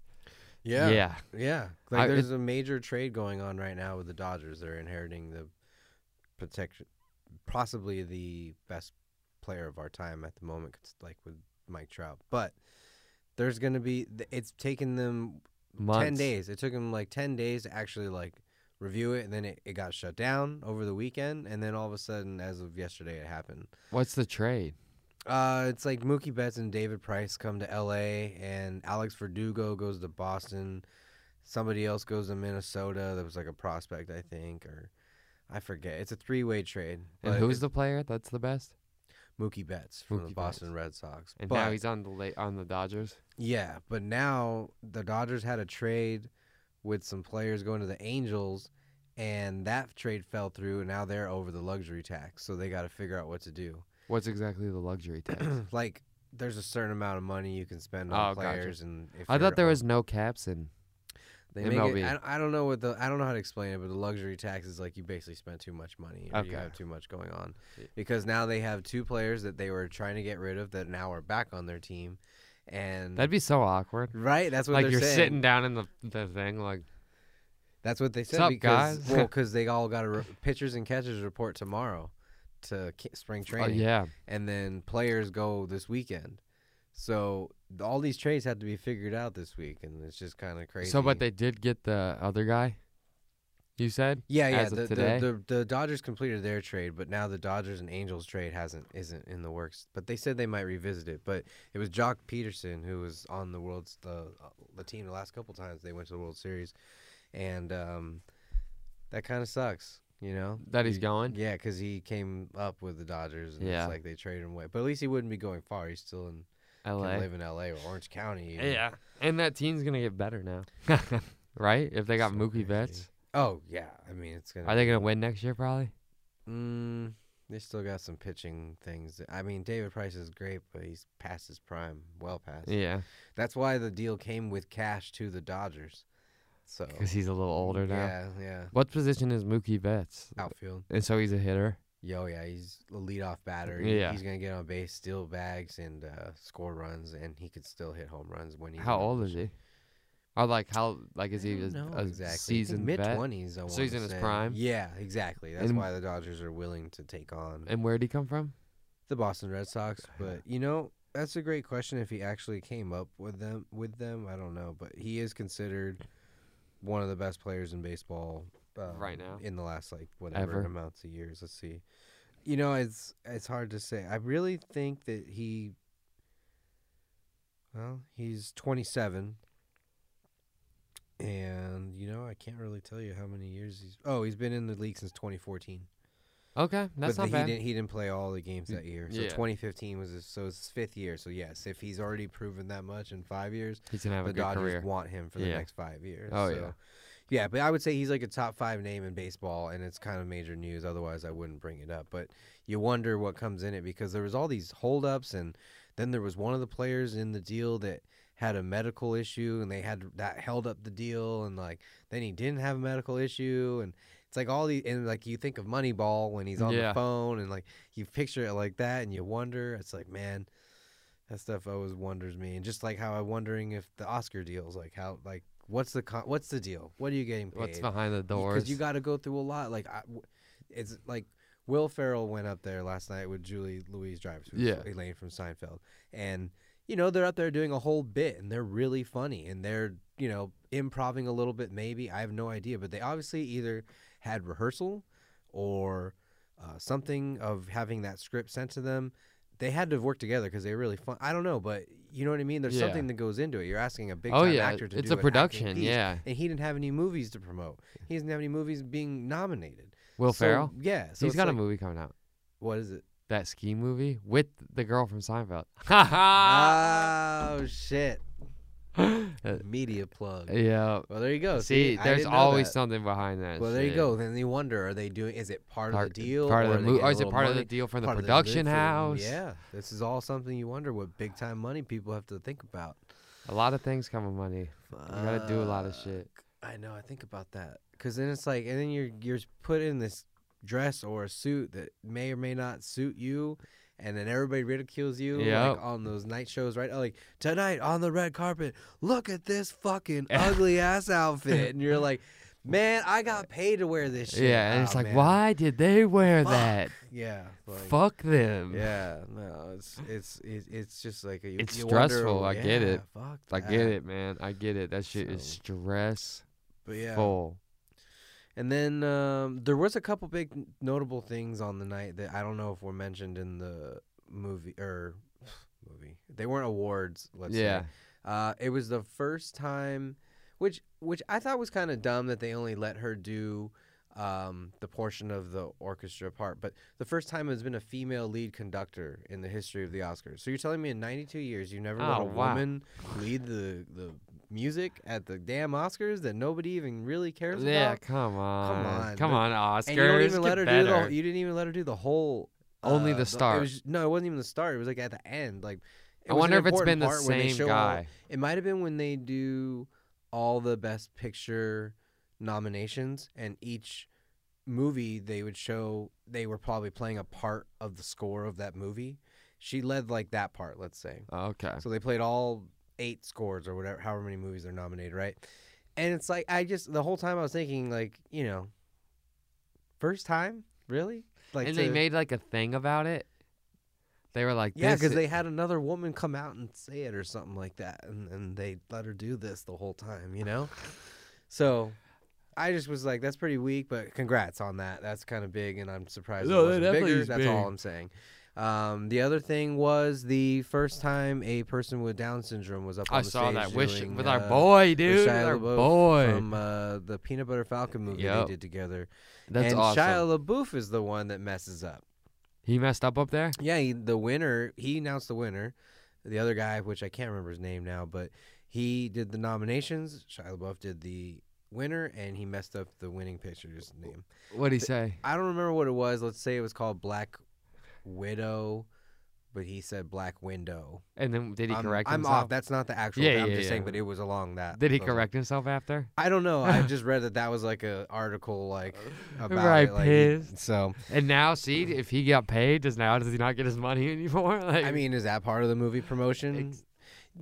Speaker 2: yeah yeah
Speaker 1: yeah.
Speaker 2: Like
Speaker 1: I- it-
Speaker 2: there's a major trade going on right now with the Dodgers. They're inheriting the protection, possibly the best player of our time at the moment, 'cause, like with Mike Trout. But there's going to be. th- It's taken them
Speaker 1: Months.
Speaker 2: ten days. It took them like ten days to actually like review it, and then it, it got shut down over the weekend, and then all of a sudden, as of yesterday, it happened.
Speaker 1: What's the trade?
Speaker 2: Uh, it's like Mookie Betts and David Price come to L.A. and Alex Verdugo goes to Boston. Somebody else goes to Minnesota. That was like a prospect, I think, or I forget. It's a three-way trade.
Speaker 1: And
Speaker 2: but
Speaker 1: who's
Speaker 2: it-
Speaker 1: the player that's the best?
Speaker 2: Mookie Betts from
Speaker 1: Mookie
Speaker 2: the
Speaker 1: Betts.
Speaker 2: Boston Red Sox?
Speaker 1: And
Speaker 2: but,
Speaker 1: now he's on the late on the Dodgers.
Speaker 2: yeah, but now the Dodgers had a trade with some players going to the Angels, and that trade fell through, and now they're over the luxury tax, so they got to figure out what to do.
Speaker 1: What's exactly the luxury tax?
Speaker 2: (clears throat) like there's a certain amount of money you can spend on
Speaker 1: Oh, gotcha.
Speaker 2: players, and if
Speaker 1: I
Speaker 2: you're
Speaker 1: thought there
Speaker 2: on-
Speaker 1: was no caps in.
Speaker 2: they make it,
Speaker 1: MLB.
Speaker 2: I, I don't know what the I don't know how to explain it, but the luxury tax is like you basically spent too much money, or you
Speaker 1: Okay.
Speaker 2: have too much going on,
Speaker 1: Yeah.
Speaker 2: because now they have two players that they were trying to get rid of that now are back on their team, and
Speaker 1: That'd be so awkward.
Speaker 2: right. That's what
Speaker 1: like
Speaker 2: they're
Speaker 1: you're
Speaker 2: saying.
Speaker 1: sitting down in the the thing, like oh,
Speaker 2: That's what they said
Speaker 1: up,
Speaker 2: because
Speaker 1: guys? (laughs)
Speaker 2: well, 'cause they all got a re- pitchers and catchers report tomorrow to ca- spring
Speaker 1: oh
Speaker 2: training,
Speaker 1: yeah,
Speaker 2: and then players go this weekend. So th- all these trades had to be figured out this week, and it's just kind of crazy.
Speaker 1: So, but they did get the other guy. You said
Speaker 2: yeah, yeah.
Speaker 1: as of
Speaker 2: The,
Speaker 1: today?
Speaker 2: the, the the Dodgers completed their trade, but now the Dodgers and Angels trade hasn't isn't in the works. But they said they might revisit it. But it was Jock Peterson who was on the world's the the team the last couple times they went to the World Series, and um, that kind of sucks. You know
Speaker 1: that he's
Speaker 2: He-
Speaker 1: going.
Speaker 2: Yeah, because he came up with the Dodgers, and
Speaker 1: Yeah.
Speaker 2: it's like they traded him away. But at least he wouldn't be going far. He's still in
Speaker 1: L.A.
Speaker 2: can live in L.A. or Orange County. even.
Speaker 1: Yeah, and that team's gonna get better
Speaker 2: (laughs)
Speaker 1: now, (laughs) right? If they got
Speaker 2: So
Speaker 1: Mookie
Speaker 2: crazy.
Speaker 1: Betts,
Speaker 2: Oh yeah. I mean, it's gonna.
Speaker 1: are they gonna win next year? Probably.
Speaker 2: Mm, they still got some pitching things. I mean, David Price is great, but he's past his prime, well past.
Speaker 1: Yeah,
Speaker 2: That's why the deal came with cash to the Dodgers. So
Speaker 1: because he's a little older now.
Speaker 2: Yeah, yeah.
Speaker 1: What position is Mookie Betts?
Speaker 2: Outfield.
Speaker 1: And so he's a hitter.
Speaker 2: Yo, yeah, he's a leadoff batter. He-
Speaker 1: Yeah.
Speaker 2: he's gonna get on base, steal bags, and uh, score runs, and he could still hit home runs when he.
Speaker 1: How old is he? Or like how like is he a, a seasoned
Speaker 2: mid
Speaker 1: vet?
Speaker 2: twenties?
Speaker 1: So he's in his prime?
Speaker 2: Yeah, exactly. That's
Speaker 1: And-
Speaker 2: why the Dodgers are willing to take on
Speaker 1: And where did he come from?
Speaker 2: the Boston Red Sox.
Speaker 1: Yeah.
Speaker 2: But you know, that's a great question. If he actually came up with them, with them, I don't know. But he is considered one of the best players in baseball um,
Speaker 1: Right now.
Speaker 2: In the last like whatever
Speaker 1: Ever.
Speaker 2: amounts of years, let's see. You know, it's it's hard to say. I really think that he. Well, he's 27. And you know, I can't really tell you how many years he's. Oh, he's been in the league since 2014
Speaker 1: Okay, that's
Speaker 2: but
Speaker 1: not
Speaker 2: the-
Speaker 1: bad.
Speaker 2: He didn't, he didn't play all the games that year. So
Speaker 1: yeah.
Speaker 2: 2015 was his, so it's his fifth year. So yes, if he's already proven that much in five years,
Speaker 1: He's gonna have
Speaker 2: the
Speaker 1: a good
Speaker 2: Dodgers
Speaker 1: career.
Speaker 2: want him for the
Speaker 1: Yeah.
Speaker 2: next five years.
Speaker 1: Oh,
Speaker 2: so.
Speaker 1: yeah.
Speaker 2: Yeah, but I would say he's like a top five name in baseball, and it's kind of major news. Otherwise, I wouldn't bring it up. But you wonder what comes in it because there was all these holdups, and then there was one of the players in the deal that had a medical issue, and they had that held up the deal, and like then he didn't have a medical issue, and it's like all the and like you think of Moneyball when he's on
Speaker 1: Yeah.
Speaker 2: the phone, and like you picture it like that, and you wonder. It's like man, that stuff always wonders me, and just like how I'm wondering if the Oscar deals, like how, like what's the con- what's the deal? What are you getting paid?
Speaker 1: What's behind the doors?
Speaker 2: Because you got to go through a lot. Like I w it's like Will Ferrell went up there last night with Julie Louise Dreyfus, who's
Speaker 1: Yeah.
Speaker 2: Elaine from Seinfeld, and you know they're up there doing a whole bit, and they're really funny, and they're you know improving a little bit, maybe I have no idea, but they obviously either had rehearsal or uh, something of having that script sent to them. They had to have worked together because they were really fun. I don't know, but you know what I mean. There's
Speaker 1: Yeah.
Speaker 2: something that goes into it. You're asking a big
Speaker 1: oh
Speaker 2: time
Speaker 1: yeah,
Speaker 2: actor to
Speaker 1: it's a
Speaker 2: do an acting
Speaker 1: production.
Speaker 2: piece
Speaker 1: Yeah,
Speaker 2: and he didn't have any movies to promote. He doesn't have any movies being nominated.
Speaker 1: Will
Speaker 2: So,
Speaker 1: Ferrell.
Speaker 2: Yeah. So
Speaker 1: he's
Speaker 2: it's
Speaker 1: got
Speaker 2: like,
Speaker 1: a movie coming out.
Speaker 2: What is it?
Speaker 1: That ski movie with the girl from Seinfeld. (laughs) Ha ha.
Speaker 2: Oh shit!
Speaker 1: Uh,
Speaker 2: Media plug.
Speaker 1: Yeah.
Speaker 2: Well, there you go.
Speaker 1: See,
Speaker 2: Oh, I
Speaker 1: there's
Speaker 2: didn't know
Speaker 1: always
Speaker 2: that.
Speaker 1: something behind that.
Speaker 2: Well, there you
Speaker 1: shit.
Speaker 2: go. Then you wonder: Are they doing? Is it part, of the deal?
Speaker 1: Part of
Speaker 2: or
Speaker 1: the
Speaker 2: they
Speaker 1: movie,
Speaker 2: getting
Speaker 1: or
Speaker 2: a
Speaker 1: is it
Speaker 2: little
Speaker 1: part of the
Speaker 2: money?
Speaker 1: deal from the
Speaker 2: Part of
Speaker 1: production
Speaker 2: bid for-
Speaker 1: house?
Speaker 2: Yeah, this is all something you wonder what big time money people have to think about.
Speaker 1: A lot of things come with money. You gotta do a lot of
Speaker 2: Fuck.
Speaker 1: shit.
Speaker 2: I know. I think about that because then it's like, and then you're you're put in this dress or a suit that may or may not suit you, and then everybody ridicules you
Speaker 1: Yep.
Speaker 2: like on those night shows, right? Like tonight on the red carpet, look at
Speaker 1: (laughs)
Speaker 2: this fucking ugly ass outfit, and you're like, man, I got paid to wear this shit.
Speaker 1: Yeah, and it's
Speaker 2: Ah,
Speaker 1: like,
Speaker 2: man.
Speaker 1: why did they wear
Speaker 2: Fuck.
Speaker 1: that?
Speaker 2: Yeah, like,
Speaker 1: Fuck them.
Speaker 2: Yeah, no, it's it's it's, it's just like you,
Speaker 1: It's
Speaker 2: you wonder,
Speaker 1: stressful, I get
Speaker 2: yeah,
Speaker 1: it.
Speaker 2: Fuck,
Speaker 1: I get
Speaker 2: that.
Speaker 1: it, man. I get it. That shit is stressful.
Speaker 2: But yeah, And then um, there was a couple big n- notable things on the night that I don't know if were mentioned in the movie or (sighs) movie. They weren't awards. Let's
Speaker 1: Yeah.
Speaker 2: say. Uh, it was the first time, which which I thought was kind of dumb that they only let her do um, the portion of the orchestra part. But the first time there's been a female lead conductor in the history of the Oscars. So you're telling me in 92 years you never let
Speaker 1: Oh,
Speaker 2: a
Speaker 1: wow.
Speaker 2: woman lead the the music at the damn Oscars that nobody even really cares
Speaker 1: Yeah,
Speaker 2: about?
Speaker 1: come on.
Speaker 2: on,
Speaker 1: Come
Speaker 2: but-
Speaker 1: on, Oscars.
Speaker 2: And you don't even let her
Speaker 1: get
Speaker 2: do
Speaker 1: better.
Speaker 2: the. You didn't even let her do the whole. uh,
Speaker 1: Only the
Speaker 2: It
Speaker 1: start.
Speaker 2: was, no, it wasn't even the start. It was like at the end. Like, it
Speaker 1: I
Speaker 2: was an
Speaker 1: wonder if it's been
Speaker 2: important
Speaker 1: the
Speaker 2: part when they
Speaker 1: same
Speaker 2: show all-
Speaker 1: guy.
Speaker 2: it might have been when they do all the best picture nominations, and each movie they would show they were probably playing a part of the score of that movie. She led like that part, let's say.
Speaker 1: Okay.
Speaker 2: So they played all eight scores or whatever, however many movies they're nominated, right? And it's like I just the whole time I was thinking, like you know, first time really, like
Speaker 1: and they
Speaker 2: to-
Speaker 1: made like a thing about it. They were like,
Speaker 2: Yeah,
Speaker 1: this
Speaker 2: because
Speaker 1: i-
Speaker 2: they had another woman come out and say it or something like that, and, and they let her do this the whole time, you know. So, I just was like, that's pretty weak, but congrats on that. That's kind of big, and I'm surprised
Speaker 1: No,
Speaker 2: it
Speaker 1: that
Speaker 2: wasn't
Speaker 1: definitely
Speaker 2: bigger.
Speaker 1: is
Speaker 2: That's all
Speaker 1: big.
Speaker 2: I'm saying. Um, the other thing was the first time a person with Down syndrome was up.
Speaker 1: I
Speaker 2: on the
Speaker 1: saw
Speaker 2: stage
Speaker 1: that wish
Speaker 2: doing,
Speaker 1: with
Speaker 2: uh,
Speaker 1: our boy, dude, with
Speaker 2: Shia
Speaker 1: our
Speaker 2: LaBeouf
Speaker 1: boy.
Speaker 2: from uh, the Peanut Butter Falcon movie
Speaker 1: Yep.
Speaker 2: they did together.
Speaker 1: That's
Speaker 2: and
Speaker 1: awesome.
Speaker 2: Shia LaBeouf is the one that messes up.
Speaker 1: he messed up up there.
Speaker 2: Yeah, he, the winner. He announced the winner. The other guy, which I can't remember his name now, but he did the nominations. Shia LaBeouf did the winner, and he messed up the winning picture's name.
Speaker 1: What'd he say?
Speaker 2: I don't remember what it was. Let's say it was called Black Widow, but he said Black Window.
Speaker 1: And then did he
Speaker 2: I'm,
Speaker 1: correct
Speaker 2: I'm
Speaker 1: himself?
Speaker 2: off. That's not the actual.
Speaker 1: Yeah,
Speaker 2: thing. I'm
Speaker 1: yeah,
Speaker 2: just saying,
Speaker 1: yeah.
Speaker 2: but it was along that.
Speaker 1: Did he
Speaker 2: those-
Speaker 1: correct himself after?
Speaker 2: I don't
Speaker 1: (laughs)
Speaker 2: know. I just read that that was like a article like about
Speaker 1: Right,
Speaker 2: it. Like,
Speaker 1: pissed.
Speaker 2: So
Speaker 1: And now, see if he got paid. Does now does he not get his money (laughs) anymore? Like,
Speaker 2: I mean, is that part of the movie promotion?
Speaker 1: Ex-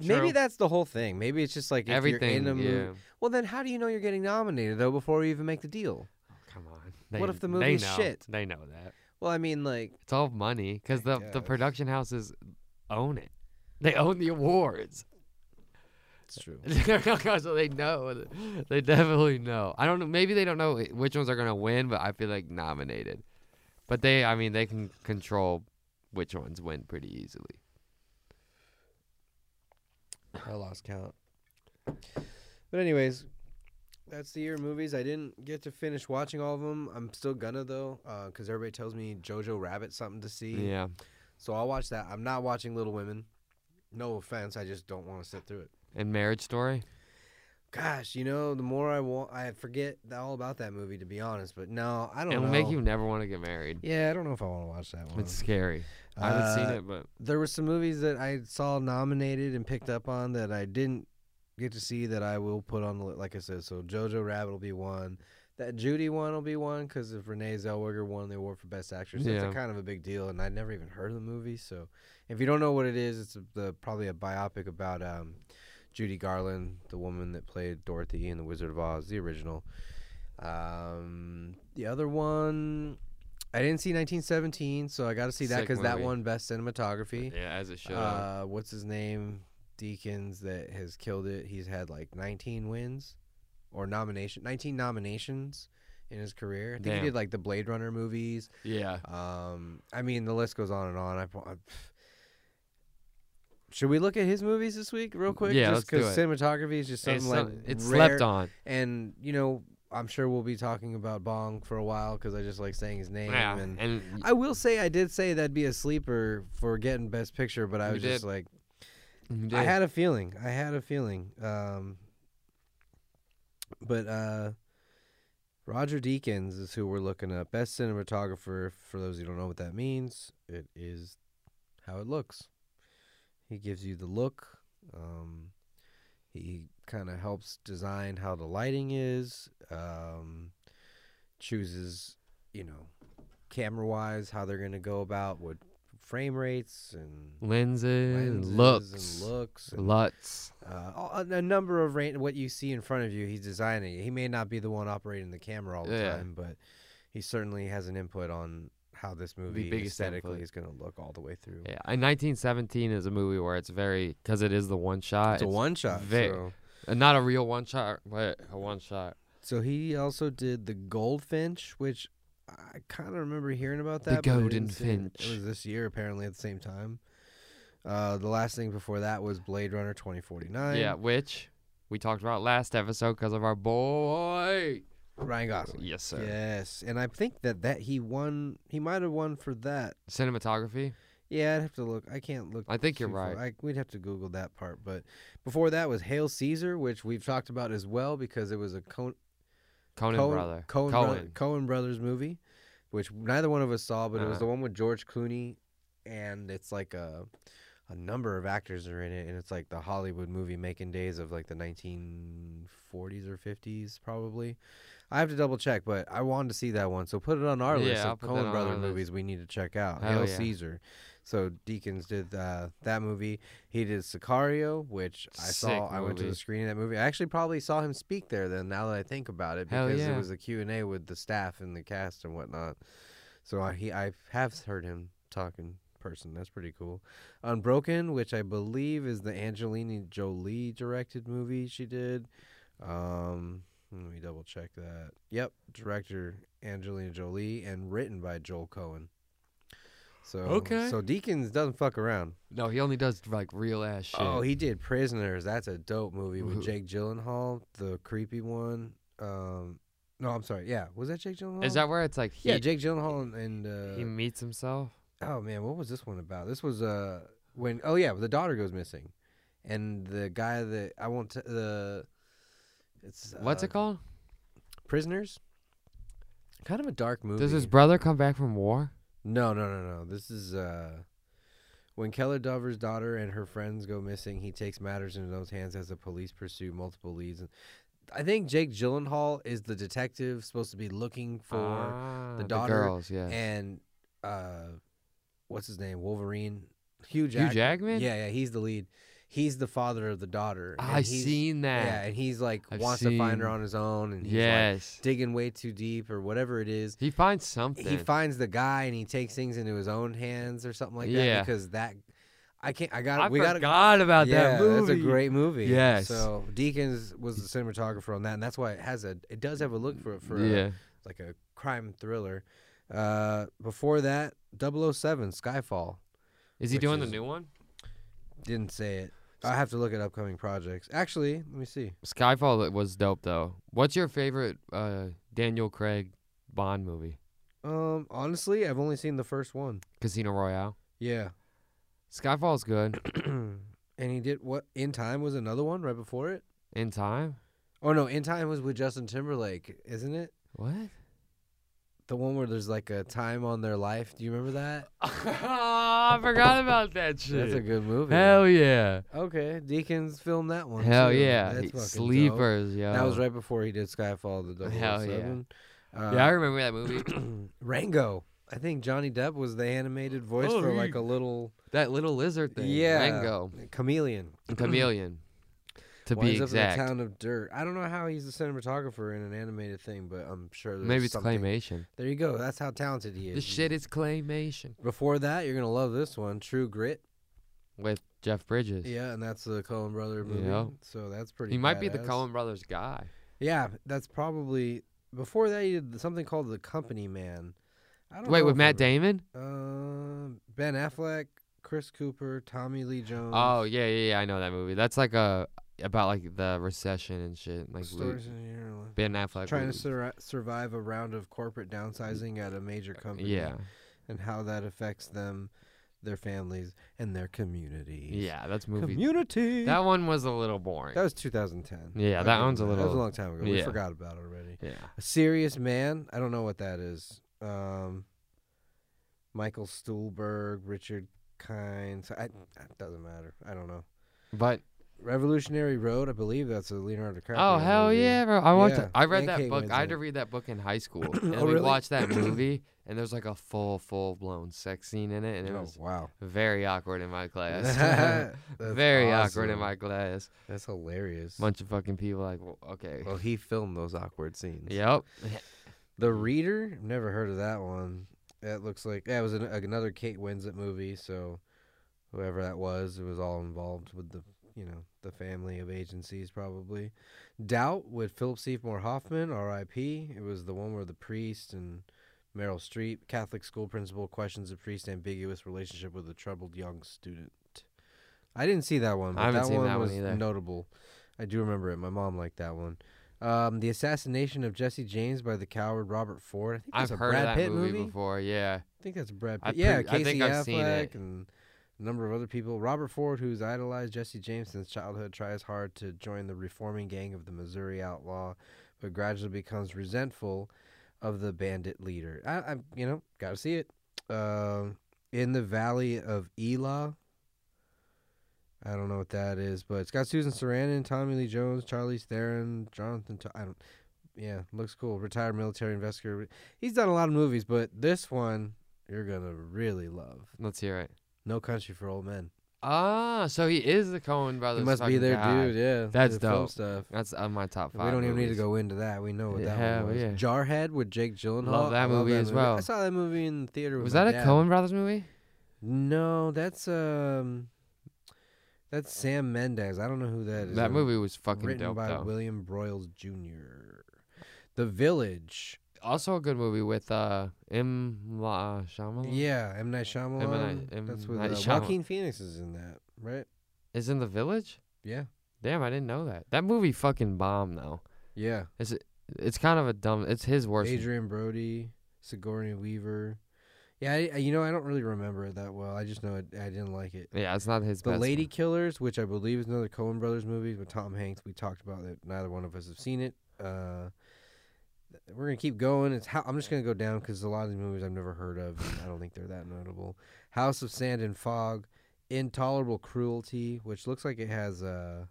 Speaker 2: Maybe
Speaker 1: true.
Speaker 2: that's the whole thing. Maybe it's just like if You're
Speaker 1: everything.
Speaker 2: in a
Speaker 1: yeah.
Speaker 2: movie. Well, then how do you know you're getting nominated though before you even make the deal?
Speaker 1: Come on.
Speaker 2: What if the
Speaker 1: they
Speaker 2: movie's
Speaker 1: know.
Speaker 2: shit?
Speaker 1: They know that.
Speaker 2: Well, I mean, like
Speaker 1: It's all money because
Speaker 3: I
Speaker 1: the the
Speaker 3: guess.
Speaker 1: production houses own it. They own the awards, (laughs)
Speaker 2: it's true.
Speaker 1: so they know. that- They definitely know. I don't know. Maybe they don't know i- which ones are gonna win, but I feel like nominated. But they, I mean, they can control which ones win pretty easily.
Speaker 2: I lost count. But anyways, that's the year of movies. I didn't get to finish watching all of them. I'm still gonna though, because everybody tells me Jojo Rabbit something to see.
Speaker 1: Yeah.
Speaker 2: So I'll watch that. I'm not watching Little Women. No offense, I just don't want to sit through it.
Speaker 1: And Marriage Story.
Speaker 2: Gosh, you know, the more I want, I forget th- all about that movie to be honest. But no, I don't
Speaker 1: It'll
Speaker 2: know.
Speaker 1: make you never want to get married.
Speaker 2: Yeah, I don't know if I want to watch that one.
Speaker 1: It's scary. I haven't
Speaker 2: Uh,
Speaker 1: seen it, but
Speaker 2: There were some movies that I saw nominated and picked up on that I didn't get to see that I will put on the li- like I said. So Jojo Rabbit will be one. That Judy one will be one because if Renee Zellweger won the award for Best Actress, that's
Speaker 1: Yeah.
Speaker 2: a kind of a big deal, and I'd never even heard of the movie. So, if you don't know what it is, it's a- the probably a biopic about um, Judy Garland, the woman that played Dorothy in The Wizard of Oz, the original. Um, the other one, I didn't see 1917, so I got to see that
Speaker 1: Sick
Speaker 2: because that
Speaker 1: movie.
Speaker 2: won Best Cinematography.
Speaker 1: yeah, as it should. have.
Speaker 2: Uh, what's his name? Deacons that has killed it. He's had like 19 wins or nomination, 19 nominations in his career. I think
Speaker 1: Damn.
Speaker 2: he did like the Blade Runner movies.
Speaker 1: yeah.
Speaker 2: Um, I mean, the list goes on and on. I, pro- I- should we look at his movies this week, real quick?
Speaker 1: Yeah,
Speaker 2: just
Speaker 1: let's do it.
Speaker 2: cinematography is just something
Speaker 1: It's,
Speaker 2: like
Speaker 1: not- it's
Speaker 2: rare-
Speaker 1: slept on.
Speaker 2: And you know, I'm sure we'll be talking about Bong for a while because I just like saying his name.
Speaker 1: Yeah.
Speaker 2: And
Speaker 1: And
Speaker 2: I will say I did say that'd be a sleeper for getting Best Picture, but I
Speaker 1: You
Speaker 2: was just
Speaker 1: did.
Speaker 2: like,
Speaker 1: you
Speaker 2: I
Speaker 1: did.
Speaker 2: had a feeling. I had a feeling. Um, but uh, Roger Deakins is who we're looking at. Best cinematographer. For those who don't know what that means, it is how it looks. He gives you the look. Um, he kind of helps design how the lighting is. Um, chooses, you know, camera wise how they're gonna go about what frame rates and
Speaker 1: lenses,
Speaker 2: lenses
Speaker 1: looks,
Speaker 2: and looks and,
Speaker 1: Lutz.
Speaker 2: uh, a- a number of rain, what you see in front of you he's designing it. he may not be the one operating the camera all the
Speaker 1: Yeah.
Speaker 2: time but he certainly has an input on how this movie
Speaker 1: biggest
Speaker 2: aesthetically
Speaker 1: input.
Speaker 2: is going to look all the way through
Speaker 1: Yeah, and 1917 is a movie where it's very because it is the one shot.
Speaker 2: it's a one shot
Speaker 1: ve-
Speaker 2: so.
Speaker 1: uh, not a real one shot, but a one shot.
Speaker 2: so he also did the goldfinch which i kind of remember hearing about
Speaker 1: The
Speaker 2: that but I
Speaker 1: Golden
Speaker 2: didn't see it.
Speaker 1: Finch.
Speaker 2: it was this year apparently at the same time uh, the last thing before that was blade runner 2049
Speaker 1: yeah, which we talked about last episode because of our boy.
Speaker 2: ryan gosling
Speaker 1: Yes, sir.
Speaker 2: Yes, and I think that that he won. He might have won for that.
Speaker 1: Cinematography.
Speaker 2: Yeah, I'd have to look. I can't look.
Speaker 1: I think you're
Speaker 2: too far.
Speaker 1: right.
Speaker 2: I, we'd have to Google that part. But before that was Hail Caesar, which we've talked about as well because it was a Coen
Speaker 1: Conan
Speaker 2: Coen,
Speaker 1: brother. Cohen.
Speaker 2: Coen, Brother, Coen Brothers movie, which neither one of us saw, but it
Speaker 1: Uh-uh.
Speaker 2: was the one with George Clooney, and it's like a a number of actors are in it, and it's like the Hollywood movie making days of like the 1940s or 50s probably. I have to double check, but I wanted to see that one, so put it on our list
Speaker 1: Yeah, I'll
Speaker 2: of
Speaker 1: put that
Speaker 2: Coen
Speaker 1: on
Speaker 2: Brother
Speaker 1: our list.
Speaker 2: movies we need to check out.
Speaker 1: Hell
Speaker 2: Hail
Speaker 1: yeah.
Speaker 2: Caesar. So Deacons did uh, that movie. He did Sicario, which I
Speaker 1: Sick
Speaker 2: saw. I went to the
Speaker 1: movie.
Speaker 2: screening of that movie. I actually probably saw him speak there. Then now that I think about it,
Speaker 1: Hell
Speaker 2: because it
Speaker 1: yeah.
Speaker 2: was a Q and A with the staff and the cast and whatnot. So I, he, I have heard him talking person. That's pretty cool. Unbroken, which I believe is the Angelina Jolie directed movie she did. Um, let me double check that. Yep, director Angelina Jolie and written by Joel Cohen. So
Speaker 1: Okay.
Speaker 2: so Deacons doesn't fuck around.
Speaker 1: No, he only does like real ass shit. Mm-hmm.
Speaker 2: Oh, he did Prisoners. That's a dope movie with
Speaker 1: Who-
Speaker 2: Jake Gyllenhaal, the creepy one. Um, no, I'm sorry. Yeah, was that Jake Gyllenhaal?
Speaker 1: is that where it's like he,
Speaker 2: yeah, Jake Gyllenhaal and, and uh,
Speaker 1: he meets himself?
Speaker 2: oh man, what was this one about? This was uh when oh yeah, the daughter goes missing, and the guy that I won't t- the it's
Speaker 1: What's
Speaker 2: uh,
Speaker 1: it called?
Speaker 2: Prisoners. Kind of a dark movie.
Speaker 1: Does his brother come back from war?
Speaker 2: No, no, no, no. This is uh when Keller Dover's daughter and her friends go missing, he takes matters into his own hands as the police pursue multiple leads. I think Jake Gyllenhaal is the detective supposed to be looking for
Speaker 1: Ah,
Speaker 2: daughter
Speaker 1: girls, yeah.
Speaker 2: and uh what's his name? Wolverine. Hugh
Speaker 1: Hugh
Speaker 2: Jackman.
Speaker 1: Jackman?
Speaker 2: Yeah, yeah, he's the lead. He's the father of the daughter.
Speaker 1: Ah,
Speaker 2: and
Speaker 1: I've
Speaker 2: he's-
Speaker 1: seen that.
Speaker 2: Yeah, and he's like
Speaker 1: I've
Speaker 2: wants to find her
Speaker 1: seen-
Speaker 2: on his own and he's like
Speaker 1: yes.
Speaker 2: digging way too deep or whatever it is
Speaker 1: he finds something.
Speaker 2: he finds the guy and he takes things into his own hands or something like
Speaker 1: Yeah.
Speaker 2: that because that I can't I got
Speaker 1: I
Speaker 2: to we got
Speaker 1: forgot
Speaker 2: to
Speaker 1: about
Speaker 2: yeah,
Speaker 1: that movie.
Speaker 2: that's a great movie.
Speaker 1: Yes.
Speaker 2: So Deacons was the cinematographer on that, and that's why it has a it does have a look for for a-
Speaker 1: yeah.
Speaker 2: like a crime thriller. Uh, before that, 007 Skyfall
Speaker 1: Is he
Speaker 2: which
Speaker 1: doing
Speaker 2: is-
Speaker 1: the new one?
Speaker 2: didn't say it. I have to look at upcoming projects. Actually, let me see.
Speaker 1: Skyfall was dope though. What's your favorite uh, Daniel Craig Bond movie?
Speaker 2: Um, honestly, I've only seen the first one.
Speaker 1: Casino Royale.
Speaker 2: Yeah. (clears throat)
Speaker 1: Skyfall's
Speaker 2: (coughs)
Speaker 1: good.
Speaker 2: and he did what? In Time was another one right before it.
Speaker 1: In time.
Speaker 2: Oh no, In Time was with Justin Timberlake, isn't it? (laughs)
Speaker 1: What?
Speaker 2: The one where there's like a time on their life. Do you remember that?
Speaker 1: I forgot about that shit.
Speaker 2: That's a good movie.
Speaker 1: Hell yeah.
Speaker 2: Okay, Deacons filmed that one.
Speaker 1: Hell
Speaker 2: too.
Speaker 1: yeah.
Speaker 2: That's
Speaker 1: He-
Speaker 2: fucking dope.
Speaker 1: Sleepers, yo.
Speaker 2: That was right before he did Skyfall. The
Speaker 1: Hell yeah.
Speaker 2: 007. Uh,
Speaker 1: Yeah, I
Speaker 2: (clears throat)
Speaker 1: remember that
Speaker 2: (coughs)
Speaker 1: movie.
Speaker 2: Rango. I think Johnny Depp was the animated voice
Speaker 1: Oh,
Speaker 2: for
Speaker 1: he-
Speaker 2: like a little
Speaker 1: that little lizard thing.
Speaker 2: yeah (coughs)
Speaker 1: Rango.
Speaker 2: chameleon.
Speaker 1: Chameleon. To be
Speaker 2: Winds
Speaker 1: exact.
Speaker 2: up in a town of dirt. I don't know how he's the cinematographer in an animated thing, but I'm sure there's
Speaker 1: Maybe it's
Speaker 2: something.
Speaker 1: claymation.
Speaker 2: There you go. That's how talented he is.
Speaker 1: The shit is claymation
Speaker 2: Before that, you're gonna love this one, True Grit.
Speaker 1: with Jeff Bridges.
Speaker 2: Yeah, and that's the Coen brother movie.
Speaker 1: Yeah.
Speaker 2: So that's pretty.
Speaker 1: he might be the
Speaker 2: badass.
Speaker 1: Coen Brothers guy.
Speaker 2: Yeah, that's probably before that. He did something called The Company Man. I don't
Speaker 1: Wait,
Speaker 2: know
Speaker 1: with
Speaker 2: if
Speaker 1: Matt
Speaker 2: I-
Speaker 1: Damon?
Speaker 2: Um, Ben Affleck, Chris Cooper, Tommy Lee Jones.
Speaker 1: Oh yeah, yeah, yeah. I know that movie. That's like a about like the recession and shit. Like lo-
Speaker 2: Stories in Your Life.
Speaker 1: Ben Affleck.
Speaker 2: Trying to
Speaker 1: lo-
Speaker 2: sur- survive a round of corporate downsizing at a major company.
Speaker 1: Uh, Yeah,
Speaker 2: And how that affects them, their families, and their communities.
Speaker 1: yeah. That's movie.
Speaker 2: Community.
Speaker 1: That one was a little boring.
Speaker 2: That was 2010.
Speaker 1: Yeah,
Speaker 2: I'll
Speaker 1: that
Speaker 2: give
Speaker 1: one's a
Speaker 2: him That was a
Speaker 1: little-
Speaker 2: long time ago. We
Speaker 1: yeah.
Speaker 2: forgot about it already.
Speaker 1: yeah.
Speaker 2: A serious man. I don't know what that is. Um, Michael Stuhlberg, Richard Kynes. I, it doesn't matter. I don't know.
Speaker 1: But
Speaker 2: Revolutionary Road. I believe that's a Leonardo DiCaprio.
Speaker 1: oh hell
Speaker 2: movie.
Speaker 1: yeah, bro! I watched.
Speaker 2: Yeah,
Speaker 1: I read
Speaker 2: and
Speaker 1: that
Speaker 2: Kate
Speaker 1: book. I had
Speaker 2: Winslet.
Speaker 1: to read that book in high
Speaker 2: (coughs)
Speaker 1: school,
Speaker 2: Oh,
Speaker 1: and we
Speaker 2: really?
Speaker 1: watched
Speaker 2: (coughs)
Speaker 1: that movie, and there's like a full, full blown sex scene in it, and it
Speaker 2: Oh
Speaker 1: was (laughs)
Speaker 2: wow.
Speaker 1: very awkward in my class.
Speaker 2: (laughs) That's
Speaker 1: very awkward in
Speaker 2: awesome.
Speaker 1: my class.
Speaker 2: That's hilarious.
Speaker 1: Bunch of fucking people like, well, okay.
Speaker 2: Well, he filmed those awkward scenes. (laughs)
Speaker 1: Yep.
Speaker 2: The Reader. I've Never heard of that one. That looks like that was an, another Kate Winslet movie. So whoever that was, it was all involved with the you know the family of agencies probably. Doubt with Philip Seymour Hoffman, R.I.P. It was the one where the priest and Meryl Streep, Catholic school principal, questions the priest's ambiguous relationship with a troubled young student. I didn't see that one. But
Speaker 1: I haven't
Speaker 2: that
Speaker 1: seen
Speaker 2: one
Speaker 1: that one
Speaker 2: was
Speaker 1: either.
Speaker 2: Notable. I do remember it. My mom liked that one. Um, the assassination of Jesse James by the coward Robert Ford. I think
Speaker 1: I've
Speaker 2: that's a
Speaker 1: heard
Speaker 2: Brad
Speaker 1: of that
Speaker 2: Pitt
Speaker 1: movie,
Speaker 2: movie.
Speaker 1: before. Yeah.
Speaker 2: I think that's a Brad
Speaker 1: I
Speaker 2: Pitt. yeah,
Speaker 1: pre- I
Speaker 2: Casey
Speaker 1: think I've seen
Speaker 2: Affleck
Speaker 1: it.
Speaker 2: and a number of other people. Robert Ford, who's idolized Jesse James since childhood, tries hard to join the reforming gang of the Missouri outlaw, but gradually becomes resentful of the bandit leader. I, I you know, gotta see it. Um, in the Valley of Elah. I don't know what that is, but it's got Susan Sarandon, Tommy Lee Jones, Charlize Theron, Jonathan. I I don't. Yeah, looks cool. Retired military investigator. He's done a lot of movies, but this one you're gonna really love.
Speaker 1: Let's hear it.
Speaker 2: No Country for Old Men.
Speaker 1: Ah, so he is the Cohen
Speaker 2: He
Speaker 1: brothers.
Speaker 2: must be
Speaker 1: fucking
Speaker 2: their
Speaker 1: guy.
Speaker 2: dude. Yeah,
Speaker 1: That's
Speaker 2: the film
Speaker 1: dope.
Speaker 2: Stuff.
Speaker 1: That's on my top
Speaker 2: We
Speaker 1: five.
Speaker 2: don't even need to
Speaker 1: movies.
Speaker 2: go into that. We know what that
Speaker 1: Hell
Speaker 2: one was.
Speaker 1: yeah.
Speaker 2: Jarhead with Jake Gyllenhaal.
Speaker 1: Love that
Speaker 2: I
Speaker 1: movie as well.
Speaker 2: I saw that movie in the theater. With
Speaker 1: Was
Speaker 2: my
Speaker 1: that a
Speaker 2: dad.
Speaker 1: Cohen brothers movie?
Speaker 2: No, that's um, that's Sam Mendes. I don't know who that is.
Speaker 1: That
Speaker 2: Um,
Speaker 1: movie was fucking
Speaker 2: written
Speaker 1: dope
Speaker 2: by
Speaker 1: though.
Speaker 2: William Broyles Jr. The Village.
Speaker 1: also a good movie with uh M. La Shyamalan.
Speaker 2: Yeah, M Night Shyamalan.
Speaker 1: Oh. M.
Speaker 2: that's with
Speaker 1: Night
Speaker 2: uh,
Speaker 1: Shyamalan.
Speaker 2: Joaquin Phoenix is in that, right?
Speaker 1: Is in the village.
Speaker 2: Yeah,
Speaker 1: Damn, I didn't know that. That movie fucking bombed though.
Speaker 2: yeah.
Speaker 1: It's kind of a dumb. It's his worst.
Speaker 2: Adrian Brody, Sigourney Weaver. Yeah, I, I- you know I don't really remember it that well. I just know it, I didn't like it.
Speaker 1: Yeah, it's not his.
Speaker 2: The
Speaker 1: best
Speaker 2: Lady
Speaker 1: one.
Speaker 2: Killers, which I believe is another Coen Brothers movie with Tom Hanks. We talked about it. Neither one of us have seen it. Uh, th- we're gonna keep going. It's how I'm just gonna go down because a lot of these movies I've never heard of. And I don't think they're that notable. House of Sand and Fog, Intolerable Cruelty, which looks like it has uh,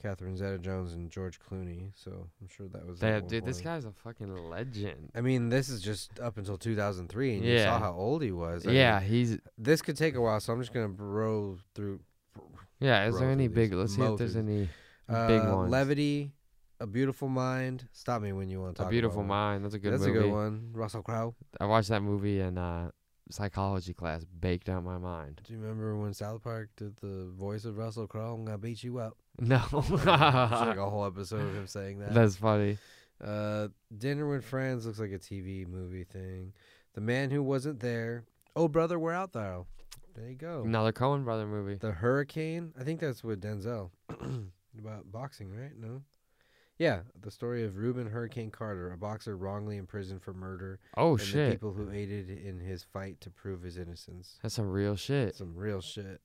Speaker 2: Catherine Zeta-Jones and George Clooney. So I'm sure that was. at
Speaker 1: Damn,
Speaker 2: one
Speaker 1: dude, this
Speaker 2: point.
Speaker 1: guy's a fucking legend.
Speaker 2: I mean, this is just up until 2003, and you
Speaker 1: Yeah.
Speaker 2: saw how old he was. I mean,
Speaker 1: yeah, he's.
Speaker 2: this could take a while, so I'm just gonna row through.
Speaker 1: Yeah, is
Speaker 2: Bro
Speaker 1: there any
Speaker 2: through these
Speaker 1: big? Let's see if there's
Speaker 2: mothers.
Speaker 1: any.
Speaker 2: Uh,
Speaker 1: Big ones.
Speaker 2: Levity, A Beautiful Mind. Stop me when you want to talk.
Speaker 1: A Beautiful
Speaker 2: about
Speaker 1: Mind. That's a
Speaker 2: It.
Speaker 1: good
Speaker 2: That's
Speaker 1: movie.
Speaker 2: a good one. Russell Crowe.
Speaker 1: I watched that movie in uh, psychology class. Baked out my mind. (laughs)
Speaker 2: Do you remember when South Park did the voice of Russell Crowe? I'm gonna beat you
Speaker 1: (laughs)
Speaker 2: up.
Speaker 1: No.
Speaker 2: (laughs) It's
Speaker 1: (laughs)
Speaker 2: like a whole episode of him saying that.
Speaker 1: That's funny.
Speaker 2: Uh, Dinner with Friends looks like a TV movie thing. The Man Who Wasn't There. Oh, brother, we're out thou. There you go.
Speaker 1: Another Cohen brother movie.
Speaker 2: Oh. The Hurricane. I think that's with Denzel. (clears throat) About boxing, right? No. Yeah, the story of Reuben Hurricane Carter, a boxer wrongly imprisoned for murder,
Speaker 1: Oh
Speaker 2: and the
Speaker 1: shit.
Speaker 2: people who aided in his fight to prove his innocence.
Speaker 1: That's some real shit.
Speaker 2: Some real shit.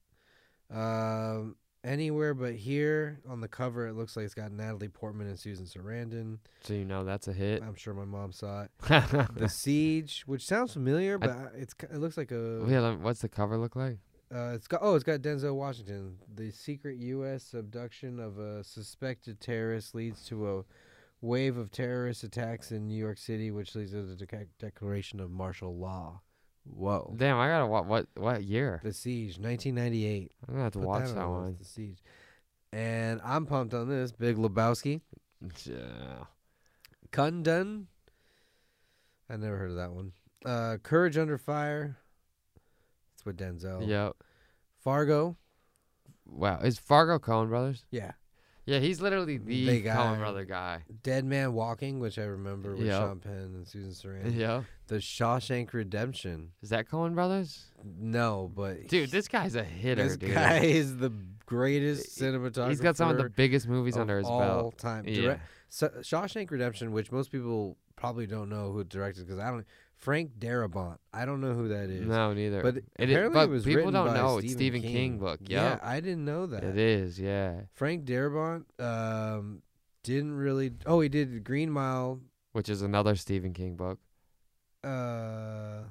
Speaker 2: Um, anywhere but here on the cover, it looks like it's got Natalie Portman and Susan Sarandon.
Speaker 1: So you know that's a
Speaker 2: (laughs)
Speaker 1: hit. (laughs)
Speaker 2: I'm sure my mom saw it. The
Speaker 1: yeah,
Speaker 2: Siege, which sounds familiar, but I, it's ki- it looks like a
Speaker 1: let me- what's the cover look like?
Speaker 2: Uh, it's got oh, it's got Denzel Washington. The secret U.S. abduction of a suspected terrorist leads to a wave of terrorist attacks in New York City, which leads to the deca- declaration of martial law. Whoa!
Speaker 1: Damn, I gotta watch what what year?
Speaker 2: The siege, 1998.
Speaker 1: I'm gonna have to
Speaker 2: Put
Speaker 1: watch
Speaker 2: on
Speaker 1: that,
Speaker 2: the list,
Speaker 1: one.
Speaker 2: The siege. And I'm pumped on this. Big Lebowski,
Speaker 1: (laughs) Yeah.
Speaker 2: Kundun. I never heard of that one. Uh, Courage Under Fire. That's with Denzel.
Speaker 1: Yep.
Speaker 2: Fargo.
Speaker 1: Wow. Is Fargo Cohen brothers?
Speaker 2: Yeah.
Speaker 1: Yeah, he's literally the
Speaker 2: They got-
Speaker 1: Cohen brother guy.
Speaker 2: Dead Man Walking, which I remember with
Speaker 1: Yep.
Speaker 2: Sean Penn and Susan
Speaker 1: (laughs)
Speaker 2: Sarandon.
Speaker 1: Yeah.
Speaker 2: The Shawshank Redemption.
Speaker 1: Is that Cohen brothers?
Speaker 2: No, but
Speaker 1: Dude, this guy's a hitter,
Speaker 2: this
Speaker 1: dude.
Speaker 2: guy (laughs) is the greatest
Speaker 1: He-
Speaker 2: cinematographer.
Speaker 1: he's got some of the biggest movies
Speaker 2: of
Speaker 1: under his
Speaker 2: all
Speaker 1: belt.
Speaker 2: time.
Speaker 1: Yeah.
Speaker 2: Direct, so, Shawshank Redemption, which most people probably don't know who directed, because I don't. Frank Darabont. I don't know who that is.
Speaker 1: No, neither.
Speaker 2: But
Speaker 1: It
Speaker 2: apparently
Speaker 1: is-
Speaker 2: it,
Speaker 1: but
Speaker 2: was
Speaker 1: people
Speaker 2: written
Speaker 1: don't
Speaker 2: by
Speaker 1: know
Speaker 2: Stephen
Speaker 1: it's Stephen King, book.
Speaker 2: Yeah,
Speaker 1: Yup.
Speaker 2: I didn't know that.
Speaker 1: it is. Yeah,
Speaker 2: Frank Darabont um, didn't really. Oh, he did Green Mile,
Speaker 1: which is another Stephen King book.
Speaker 2: uh,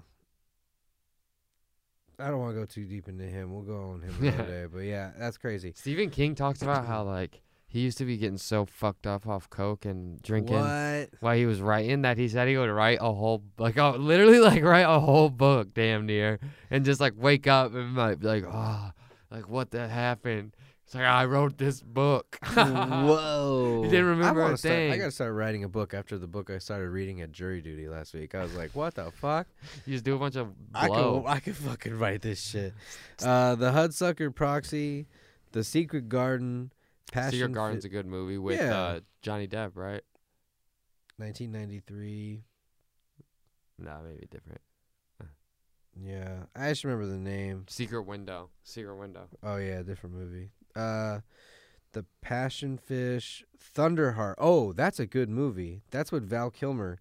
Speaker 2: I don't want to go too deep into him. We'll go on him
Speaker 1: Yeah. (laughs)
Speaker 2: another day. But yeah, that's crazy.
Speaker 1: Stephen King talks about
Speaker 2: (clears throat)
Speaker 1: how like he used to be getting so fucked up off coke and drinking (laughs)
Speaker 2: What?
Speaker 1: while he was writing that he said he would write a whole like oh, literally like write a whole book damn near and just like wake up and like be like oh like what the happened. It's like I wrote this book.
Speaker 2: Whoa!
Speaker 1: You didn't remember
Speaker 2: I
Speaker 1: a
Speaker 2: wanna start- I
Speaker 1: thing.
Speaker 2: gotta start writing a book after the book I started reading at jury duty last week. I was like, "What the fuck?
Speaker 1: you just do a bunch of
Speaker 2: I could,
Speaker 1: blow.
Speaker 2: I could fucking write this shit." Uh, the Hudsucker Proxy, The Secret Garden, Passion.
Speaker 1: Secret Garden's a
Speaker 2: Fit-
Speaker 1: good movie with
Speaker 2: Yeah.
Speaker 1: uh, Johnny Depp, right?
Speaker 2: 1993.
Speaker 1: Nah, maybe different.
Speaker 2: Yeah, I just remember the name.
Speaker 1: Secret Window. Secret Window. (laughs)
Speaker 2: Oh yeah, different movie. Uh The Passion Fish, Thunderheart. Oh, that's a good movie. That's with Val Kilmer.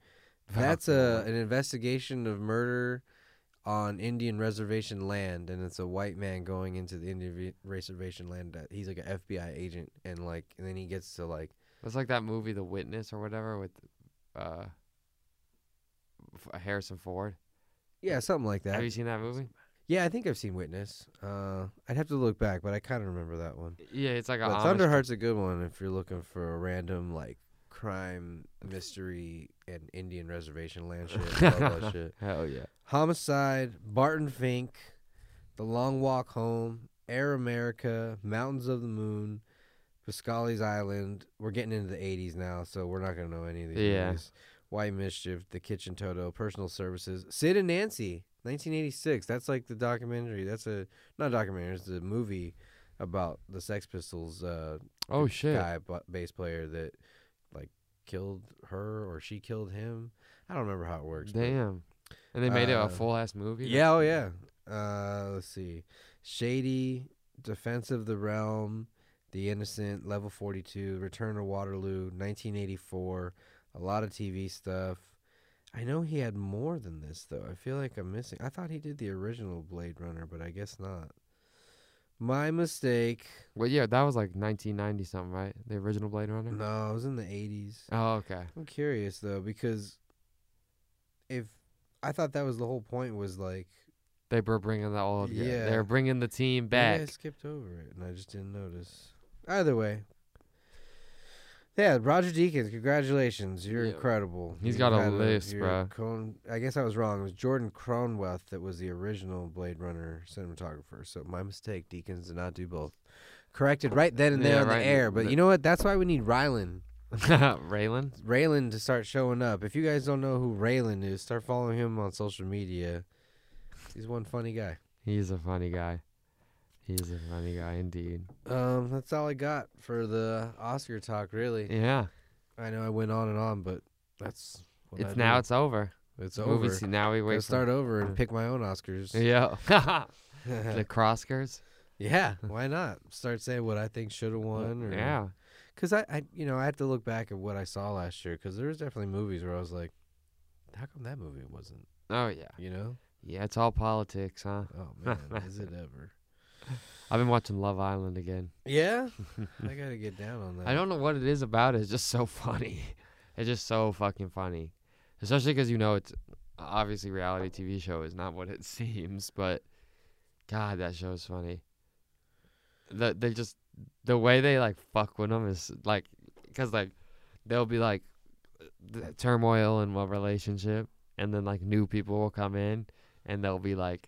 Speaker 1: Val
Speaker 2: that's a
Speaker 1: Kilmer.
Speaker 2: an investigation of murder on Indian reservation land and it's a white man going into the Indian re- reservation land that he's like an FBI agent and like and then he gets to like
Speaker 1: It's like that movie The Witness or whatever with uh F- uh, Harrison Ford.
Speaker 2: yeah, something like
Speaker 1: Have you
Speaker 2: that.
Speaker 1: seen that movie?
Speaker 2: Yeah, I think I've seen Witness. Uh, I'd have to look back, but I kind of remember that one.
Speaker 1: Yeah, it's like a
Speaker 2: But
Speaker 1: Amish-
Speaker 2: Thunderheart's a good one if you're looking for a random like crime mystery and Indian reservation land
Speaker 1: (laughs)
Speaker 2: shit. love that shit.
Speaker 1: Hell yeah.
Speaker 2: Homicide, Barton Fink, The Long Walk Home, Air America, Mountains of the Moon, Pascali's Island. We're getting into the 80s now, so we're not gonna know any of these
Speaker 1: Yeah.
Speaker 2: movies. White Mischief, The Kitchen Toto, Personal Services, Sid and Nancy, 1986. That's like the documentary. That's a not a documentary. It's a movie about the Sex Pistols uh,
Speaker 1: Oh shit.
Speaker 2: guy, bu- bass player that like killed her or she killed him. I don't remember how it works. but-
Speaker 1: Damn. And they made it
Speaker 2: Uh,
Speaker 1: a full ass movie.
Speaker 2: Yeah. Oh yeah. Uh, let's see. Shady, Defense of the Realm, The Innocent, Level 42, Return to Waterloo, 1984. A lot of TV stuff. I know he had more than this though. I feel like I'm missing. I thought he did the original Blade Runner, but I guess not. My mistake.
Speaker 1: Well, yeah, that was like 1990 something, right? The original Blade Runner.
Speaker 2: No, it was in the 80s.
Speaker 1: Oh, okay.
Speaker 2: I'm curious though because if I thought that was the whole point was like
Speaker 1: They were bringing that all. Yeah.
Speaker 2: Yeah.
Speaker 1: They're bringing the team
Speaker 2: Maybe
Speaker 1: back.
Speaker 2: I skipped over it and I just didn't notice. Either way. Yeah, Roger Deakins, congratulations. You're
Speaker 1: Yeah.
Speaker 2: incredible.
Speaker 1: He's
Speaker 2: You
Speaker 1: got a
Speaker 2: had
Speaker 1: list,
Speaker 2: you're
Speaker 1: bruh.
Speaker 2: Cron- I guess I was wrong. It was Jordan Cronweth that was the original Blade Runner cinematographer. So my mistake. Deakins did not do both. Corrected right then and there
Speaker 1: Yeah,
Speaker 2: on
Speaker 1: right
Speaker 2: the
Speaker 1: in-
Speaker 2: air. But
Speaker 1: the-
Speaker 2: you know what? That's why we need Rylan.
Speaker 1: (laughs) Raylan.
Speaker 2: Raylan to start showing up. If you guys don't know who Raylan is, start following him on social media. He's one funny guy.
Speaker 1: He's a funny guy. He's a funny guy indeed.
Speaker 2: Um, that's all I got for the Oscar talk, really.
Speaker 1: Yeah.
Speaker 2: I know I went on and on, but that's what I
Speaker 1: it's now.
Speaker 2: do.
Speaker 1: It's over.
Speaker 2: it's
Speaker 1: The
Speaker 2: over.
Speaker 1: movie se- now we
Speaker 2: Gotta
Speaker 1: wait. for-
Speaker 2: start over and
Speaker 1: yeah.
Speaker 2: pick my own
Speaker 1: (laughs)
Speaker 2: Oscars.
Speaker 1: Yeah.
Speaker 2: (laughs)
Speaker 1: the Croskers.
Speaker 2: yeah, why not? Start saying what I think should have won. Or,
Speaker 1: Yeah.
Speaker 2: because I, I, you know, I have to look back at what I saw last year because there was definitely movies where I was like, how come that movie wasn't?
Speaker 1: Oh yeah.
Speaker 2: You know?
Speaker 1: Yeah. It's all politics, huh? (laughs)
Speaker 2: Oh man, is it ever?
Speaker 1: I've been watching Love Island again. (laughs)
Speaker 2: Yeah, I gotta get down on that.
Speaker 1: I don't know what it is about it. It's just so (laughs) funny. It's just so fucking funny. Especially because you know it's obviously reality TV show is not what it (laughs) seems, but God, that show's funny. The they just the way they like fuck with them is like because like they'll be like the turmoil in one relationship, and then like new people will come in, and they'll be like,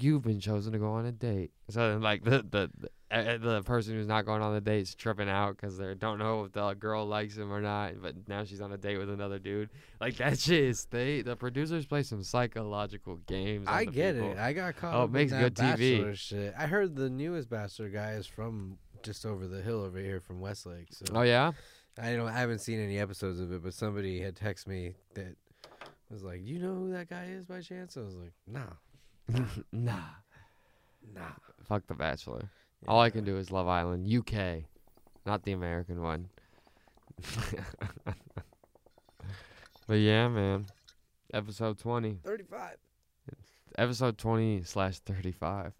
Speaker 1: "You've been chosen to go on a date." So then like the the the, eh, eh, the person who's not going on the date's tripping out because they don't know if the girl likes him or not, but now she's on a date with another dude. Like that (laughs) shit is they the producers play some psychological games. on
Speaker 2: I
Speaker 1: the
Speaker 2: get
Speaker 1: people.
Speaker 2: it. I got caught.
Speaker 1: Oh, it
Speaker 2: up in
Speaker 1: makes
Speaker 2: that
Speaker 1: good TV.
Speaker 2: Bachelor Shit. I heard the newest Bachelor guy is from just over the hill over here from Westlake. So
Speaker 1: Oh yeah, (laughs)
Speaker 2: I don't. I haven't seen any episodes of it, but somebody had texted me that was like, "You know who that guy is by chance?" I was like, "Nah,
Speaker 1: nah.
Speaker 2: nah."
Speaker 1: Fuck The Bachelor. All I
Speaker 2: Yeah.
Speaker 1: can do is Love Island, UK, not the American one. (laughs) but yeah, man. Episode 20.
Speaker 2: Thirty-five.
Speaker 1: Episode 20 slash 35.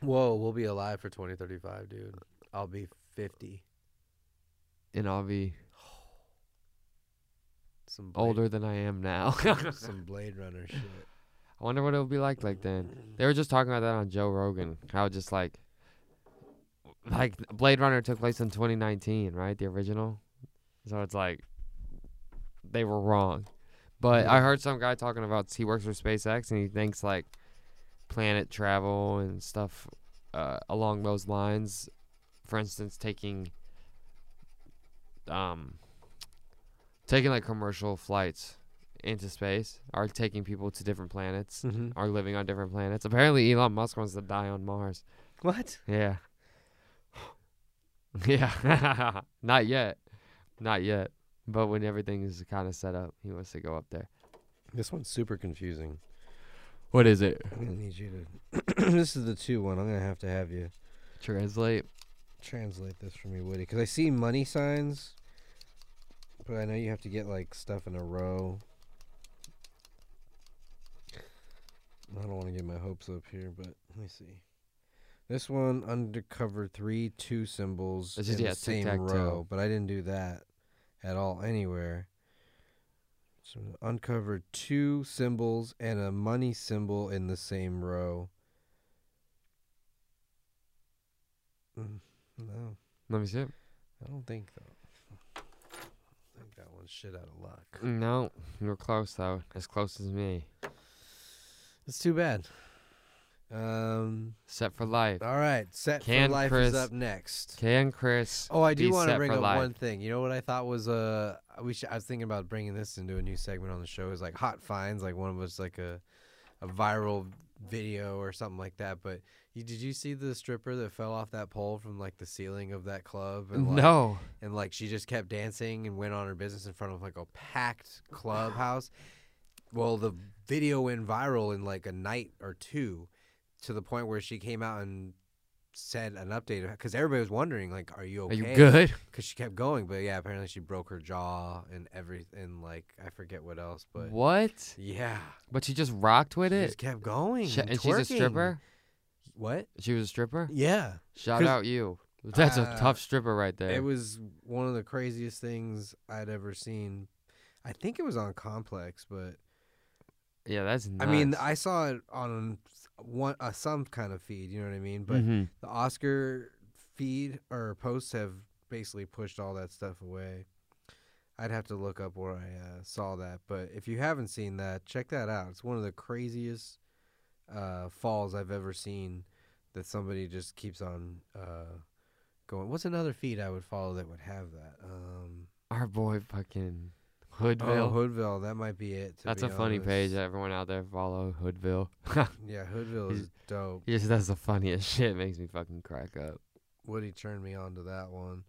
Speaker 2: Whoa, we'll be alive for twenty thirty-five, dude. I'll be fifty.
Speaker 1: (laughs)
Speaker 2: (sighs)
Speaker 1: And I'll be
Speaker 2: Some Blade-
Speaker 1: older than I am now. (laughs)
Speaker 2: some Blade Runner shit. (laughs)
Speaker 1: I wonder what it'll be like like then. They were just talking about that on Joe Rogan. How just like like Blade Runner took place in 2019, right? The original. So it's like they were wrong. But I heard some guy talking about he works for SpaceX and he thinks like planet travel and stuff uh, along those lines. For instance, taking um taking like commercial flights into space or taking people to different planets
Speaker 2: Mhm.
Speaker 1: are living on different planets. Apparently, Elon Musk wants to die on Mars.
Speaker 2: What?
Speaker 1: Yeah. (laughs) yeah. (laughs) Not yet. Not yet. But when everything is kind of set up, he wants to go up there.
Speaker 2: This one's super confusing.
Speaker 1: What is it?
Speaker 2: I'm gonna need you to. (clears throat) this is the two one. I'm gonna have to have you
Speaker 1: Translate.
Speaker 2: translate this for me, Woody, because I see money signs, but I know you have to get like stuff in a row. I don't want to get my hopes up here, but let me see. This one undercover three two symbols
Speaker 1: This
Speaker 2: in
Speaker 1: is- yeah,
Speaker 2: the same
Speaker 1: tic-tac-toe.
Speaker 2: row, but I didn't do that at all anywhere. So uncover two symbols and a money symbol in the same row. Mm, no,
Speaker 1: Let me see it.
Speaker 2: I don't think though. I think that one's shit out of luck.
Speaker 1: No, you were close though. As close as me.
Speaker 2: It's too bad. Um,
Speaker 1: Set for life.
Speaker 2: all right, set
Speaker 1: Can
Speaker 2: for life
Speaker 1: Chris-
Speaker 2: is up next.
Speaker 1: Can Chris?
Speaker 2: Oh, I do
Speaker 1: be
Speaker 2: want
Speaker 1: set
Speaker 2: to bring
Speaker 1: for
Speaker 2: up
Speaker 1: life?
Speaker 2: one thing. You know what I thought was uh we should, I was thinking about bringing this into a new segment on the show is like hot finds, like one was like a a viral video or something like that. But you, did you see the stripper that fell off that pole from like the ceiling of that club? And, like,
Speaker 1: No.
Speaker 2: and like she just kept dancing and went on her business in front of like a packed clubhouse. Well, the video went viral in like a night or two, to the point where she came out and said an update because everybody was wondering like, "Are you
Speaker 1: Are
Speaker 2: okay?"
Speaker 1: you good?
Speaker 2: Because she kept going, but yeah, apparently she broke her jaw and everything. Like I forget what else,
Speaker 1: (laughs)
Speaker 2: but
Speaker 1: What?
Speaker 2: yeah,
Speaker 1: But she just rocked with
Speaker 2: she
Speaker 1: it.
Speaker 2: just kept going.
Speaker 1: Sh-
Speaker 2: and
Speaker 1: and she's a
Speaker 2: twerking.
Speaker 1: stripper. (laughs)
Speaker 2: What?
Speaker 1: She was a stripper.
Speaker 2: Yeah.
Speaker 1: Shout
Speaker 2: 'Cause-
Speaker 1: out
Speaker 2: (laughs)
Speaker 1: you. That's a
Speaker 2: Uh,
Speaker 1: tough stripper right there.
Speaker 2: It was one of the craziest things I'd ever seen. I think it was on Complex, but
Speaker 1: yeah, that's. Nuts.
Speaker 2: I mean, I saw it on one uh, some kind of feed. You know what I mean? But
Speaker 1: Mhm.
Speaker 2: the Oscar feed or posts have basically pushed all that stuff away. I'd have to look up where I uh, saw that, but if you haven't seen that, check that out. It's one of the craziest uh, falls I've ever seen. That somebody just keeps on uh, going. What's another feed I would follow that would have that? Um,
Speaker 1: our boy fucking
Speaker 2: oh,
Speaker 1: Hoodville.
Speaker 2: Hoodville. That might be it. to
Speaker 1: that's a
Speaker 2: be
Speaker 1: funny page.
Speaker 2: honest.
Speaker 1: Everyone out there follow Hoodville. (laughs)
Speaker 2: Yeah, Hoodville
Speaker 1: He's-
Speaker 2: is dope.
Speaker 1: Yes, that's the funniest shit. Makes me fucking crack up.
Speaker 2: Mm. Woody turned me on to that one.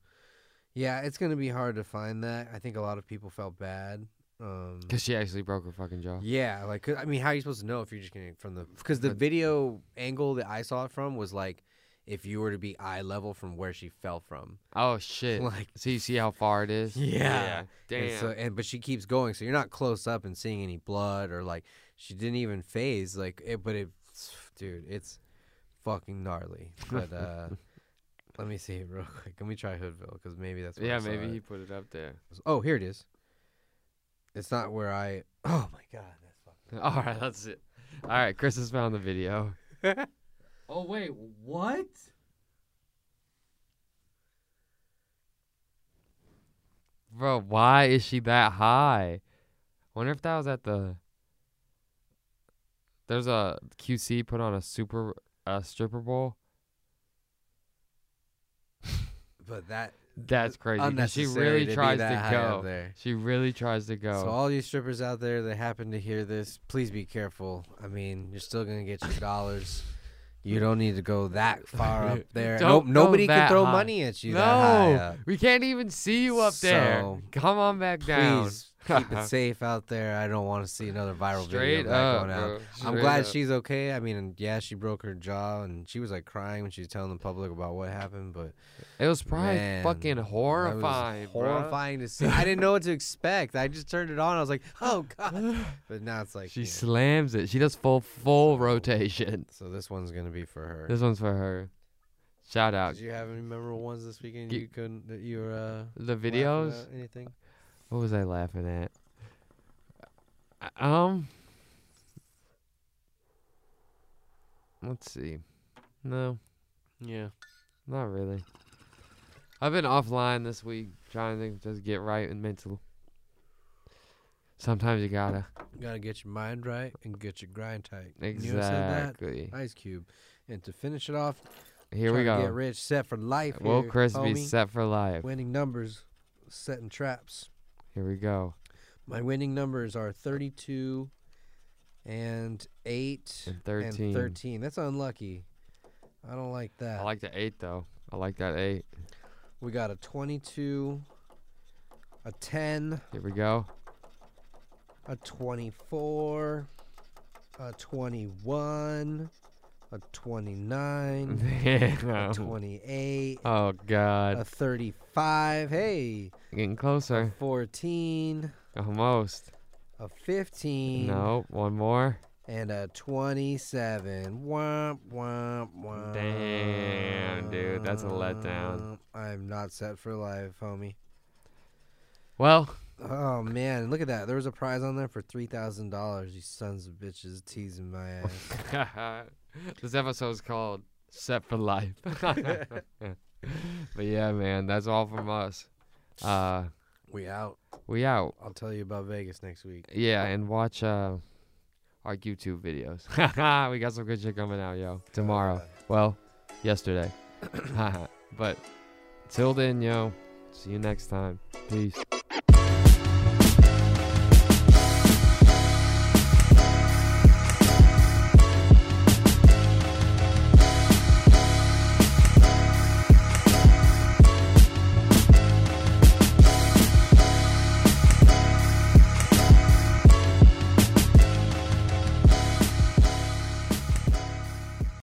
Speaker 2: Yeah, it's gonna be hard to find that. I think a lot of people felt bad. Um,
Speaker 1: Cause she actually broke her fucking jaw.
Speaker 2: yeah, like 'cause- I mean, how are you supposed to know if you're just gonna from the because the
Speaker 1: But-
Speaker 2: video angle that I saw it from was like if you were to be eye level from where she fell from,
Speaker 1: Oh shit.
Speaker 2: (laughs) like
Speaker 1: So you see how far it is.
Speaker 2: Yeah.
Speaker 1: Damn.
Speaker 2: And, so, and but she keeps going, so you're not close up and seeing any blood or like she didn't even phase. Like, it, but it, (sighs) dude, it's fucking gnarly.
Speaker 1: (laughs)
Speaker 2: But uh let me see it real quick. Let me try Hoodville because maybe that's where I
Speaker 1: yeah,
Speaker 2: saw
Speaker 1: maybe
Speaker 2: it.
Speaker 1: he put it up there.
Speaker 2: Oh, here it is. It's not where I. Oh my god, that's
Speaker 1: (laughs)
Speaker 2: fucking.
Speaker 1: All right, that's it. All right, Chris has found the
Speaker 2: (laughs)
Speaker 1: video. oh wait, what? Bro, why is she that high? Wonder if that was at the. There's a QC put on a super uh, stripper bowl.
Speaker 2: But that
Speaker 1: That's crazy. 'cause She
Speaker 2: unnecessary.
Speaker 1: really
Speaker 2: to be
Speaker 1: tries
Speaker 2: that
Speaker 1: to
Speaker 2: high up
Speaker 1: go.
Speaker 2: there.
Speaker 1: She really tries to go.
Speaker 2: So all you strippers out there that happen to hear this, please be careful. I mean, you're still gonna get your dollars. You don't need to go that far up
Speaker 1: (laughs)
Speaker 2: there. Nope,
Speaker 1: Don't go
Speaker 2: nobody
Speaker 1: that
Speaker 2: can throw
Speaker 1: high.
Speaker 2: money at you
Speaker 1: no,
Speaker 2: that high up.
Speaker 1: we can't even see you up
Speaker 2: So,
Speaker 1: there. Come on back down.
Speaker 2: Please
Speaker 1: (laughs)
Speaker 2: keep it safe out there. I don't want to see another viral video
Speaker 1: Straight
Speaker 2: of that
Speaker 1: up,
Speaker 2: going out.
Speaker 1: bro.
Speaker 2: I'm
Speaker 1: Straight
Speaker 2: glad
Speaker 1: up.
Speaker 2: she's okay. I mean, and yeah, she broke her jaw and she was like crying when she was telling the public about what happened, but
Speaker 1: It was probably
Speaker 2: Man,
Speaker 1: fucking
Speaker 2: that was
Speaker 1: horrifying. bro.
Speaker 2: horrifying to see. I didn't know what to expect. I just turned it on. I was like,
Speaker 1: (laughs)
Speaker 2: oh god. But now it's like
Speaker 1: She
Speaker 2: you know.
Speaker 1: slams it. She does full full
Speaker 2: So- (laughs)
Speaker 1: rotation.
Speaker 2: So this one's gonna be for her.
Speaker 1: This one's for her. Shout out
Speaker 2: Did you have any memorable ones this weekend
Speaker 1: Ge-
Speaker 2: you couldn't that you were uh laughing
Speaker 1: the videos.
Speaker 2: at, anything?
Speaker 1: What was I laughing at? Uh, Um. Let's see. No,
Speaker 2: Yeah.
Speaker 1: not really. I've been offline this week trying to just get right and mental. Sometimes you gotta.
Speaker 2: Gotta get your mind right and get your grind tight. You know what said
Speaker 1: Exactly.
Speaker 2: that? Ice Cube. And to finish it off,
Speaker 1: Here we
Speaker 2: trying to Get
Speaker 1: go.
Speaker 2: rich, set for life.
Speaker 1: Will
Speaker 2: here,
Speaker 1: Chris be
Speaker 2: homie.
Speaker 1: set for life?
Speaker 2: Winning numbers, setting traps.
Speaker 1: Here we go.
Speaker 2: My winning numbers are 32 and 8
Speaker 1: And 13.
Speaker 2: and 13. That's unlucky. I don't like that.
Speaker 1: I like the eight though. I like that eight.
Speaker 2: we got a 22, a 10,
Speaker 1: Here we (laughs) go.
Speaker 2: a 24, a 21, a
Speaker 1: (laughs)
Speaker 2: 29, a 28,
Speaker 1: oh
Speaker 2: a
Speaker 1: God,
Speaker 2: 35. Hey,
Speaker 1: getting
Speaker 2: a
Speaker 1: closer.
Speaker 2: 14,
Speaker 1: Almost.
Speaker 2: a 15.
Speaker 1: No, one more.
Speaker 2: and a 27. Womp, womp, womp.
Speaker 1: Damn, dude, that's a letdown.
Speaker 2: I'm not set for life, homie.
Speaker 1: Well, (laughs)
Speaker 2: Oh, man, look at that. There was a prize on there for $3,000. You sons of bitches teasing my ass.
Speaker 1: (laughs) this episode's called "Set for Life." (laughs) but yeah, man, that's all from us. Uh,
Speaker 2: we out.
Speaker 1: we out.
Speaker 2: I'll tell you about Vegas next week.
Speaker 1: Yeah, and watch uh, our YouTube videos. (laughs) we got some good shit coming out, yo. Tomorrow.
Speaker 2: Uh,
Speaker 1: Well, (coughs) yesterday. but till then, yo, see you next time. Peace.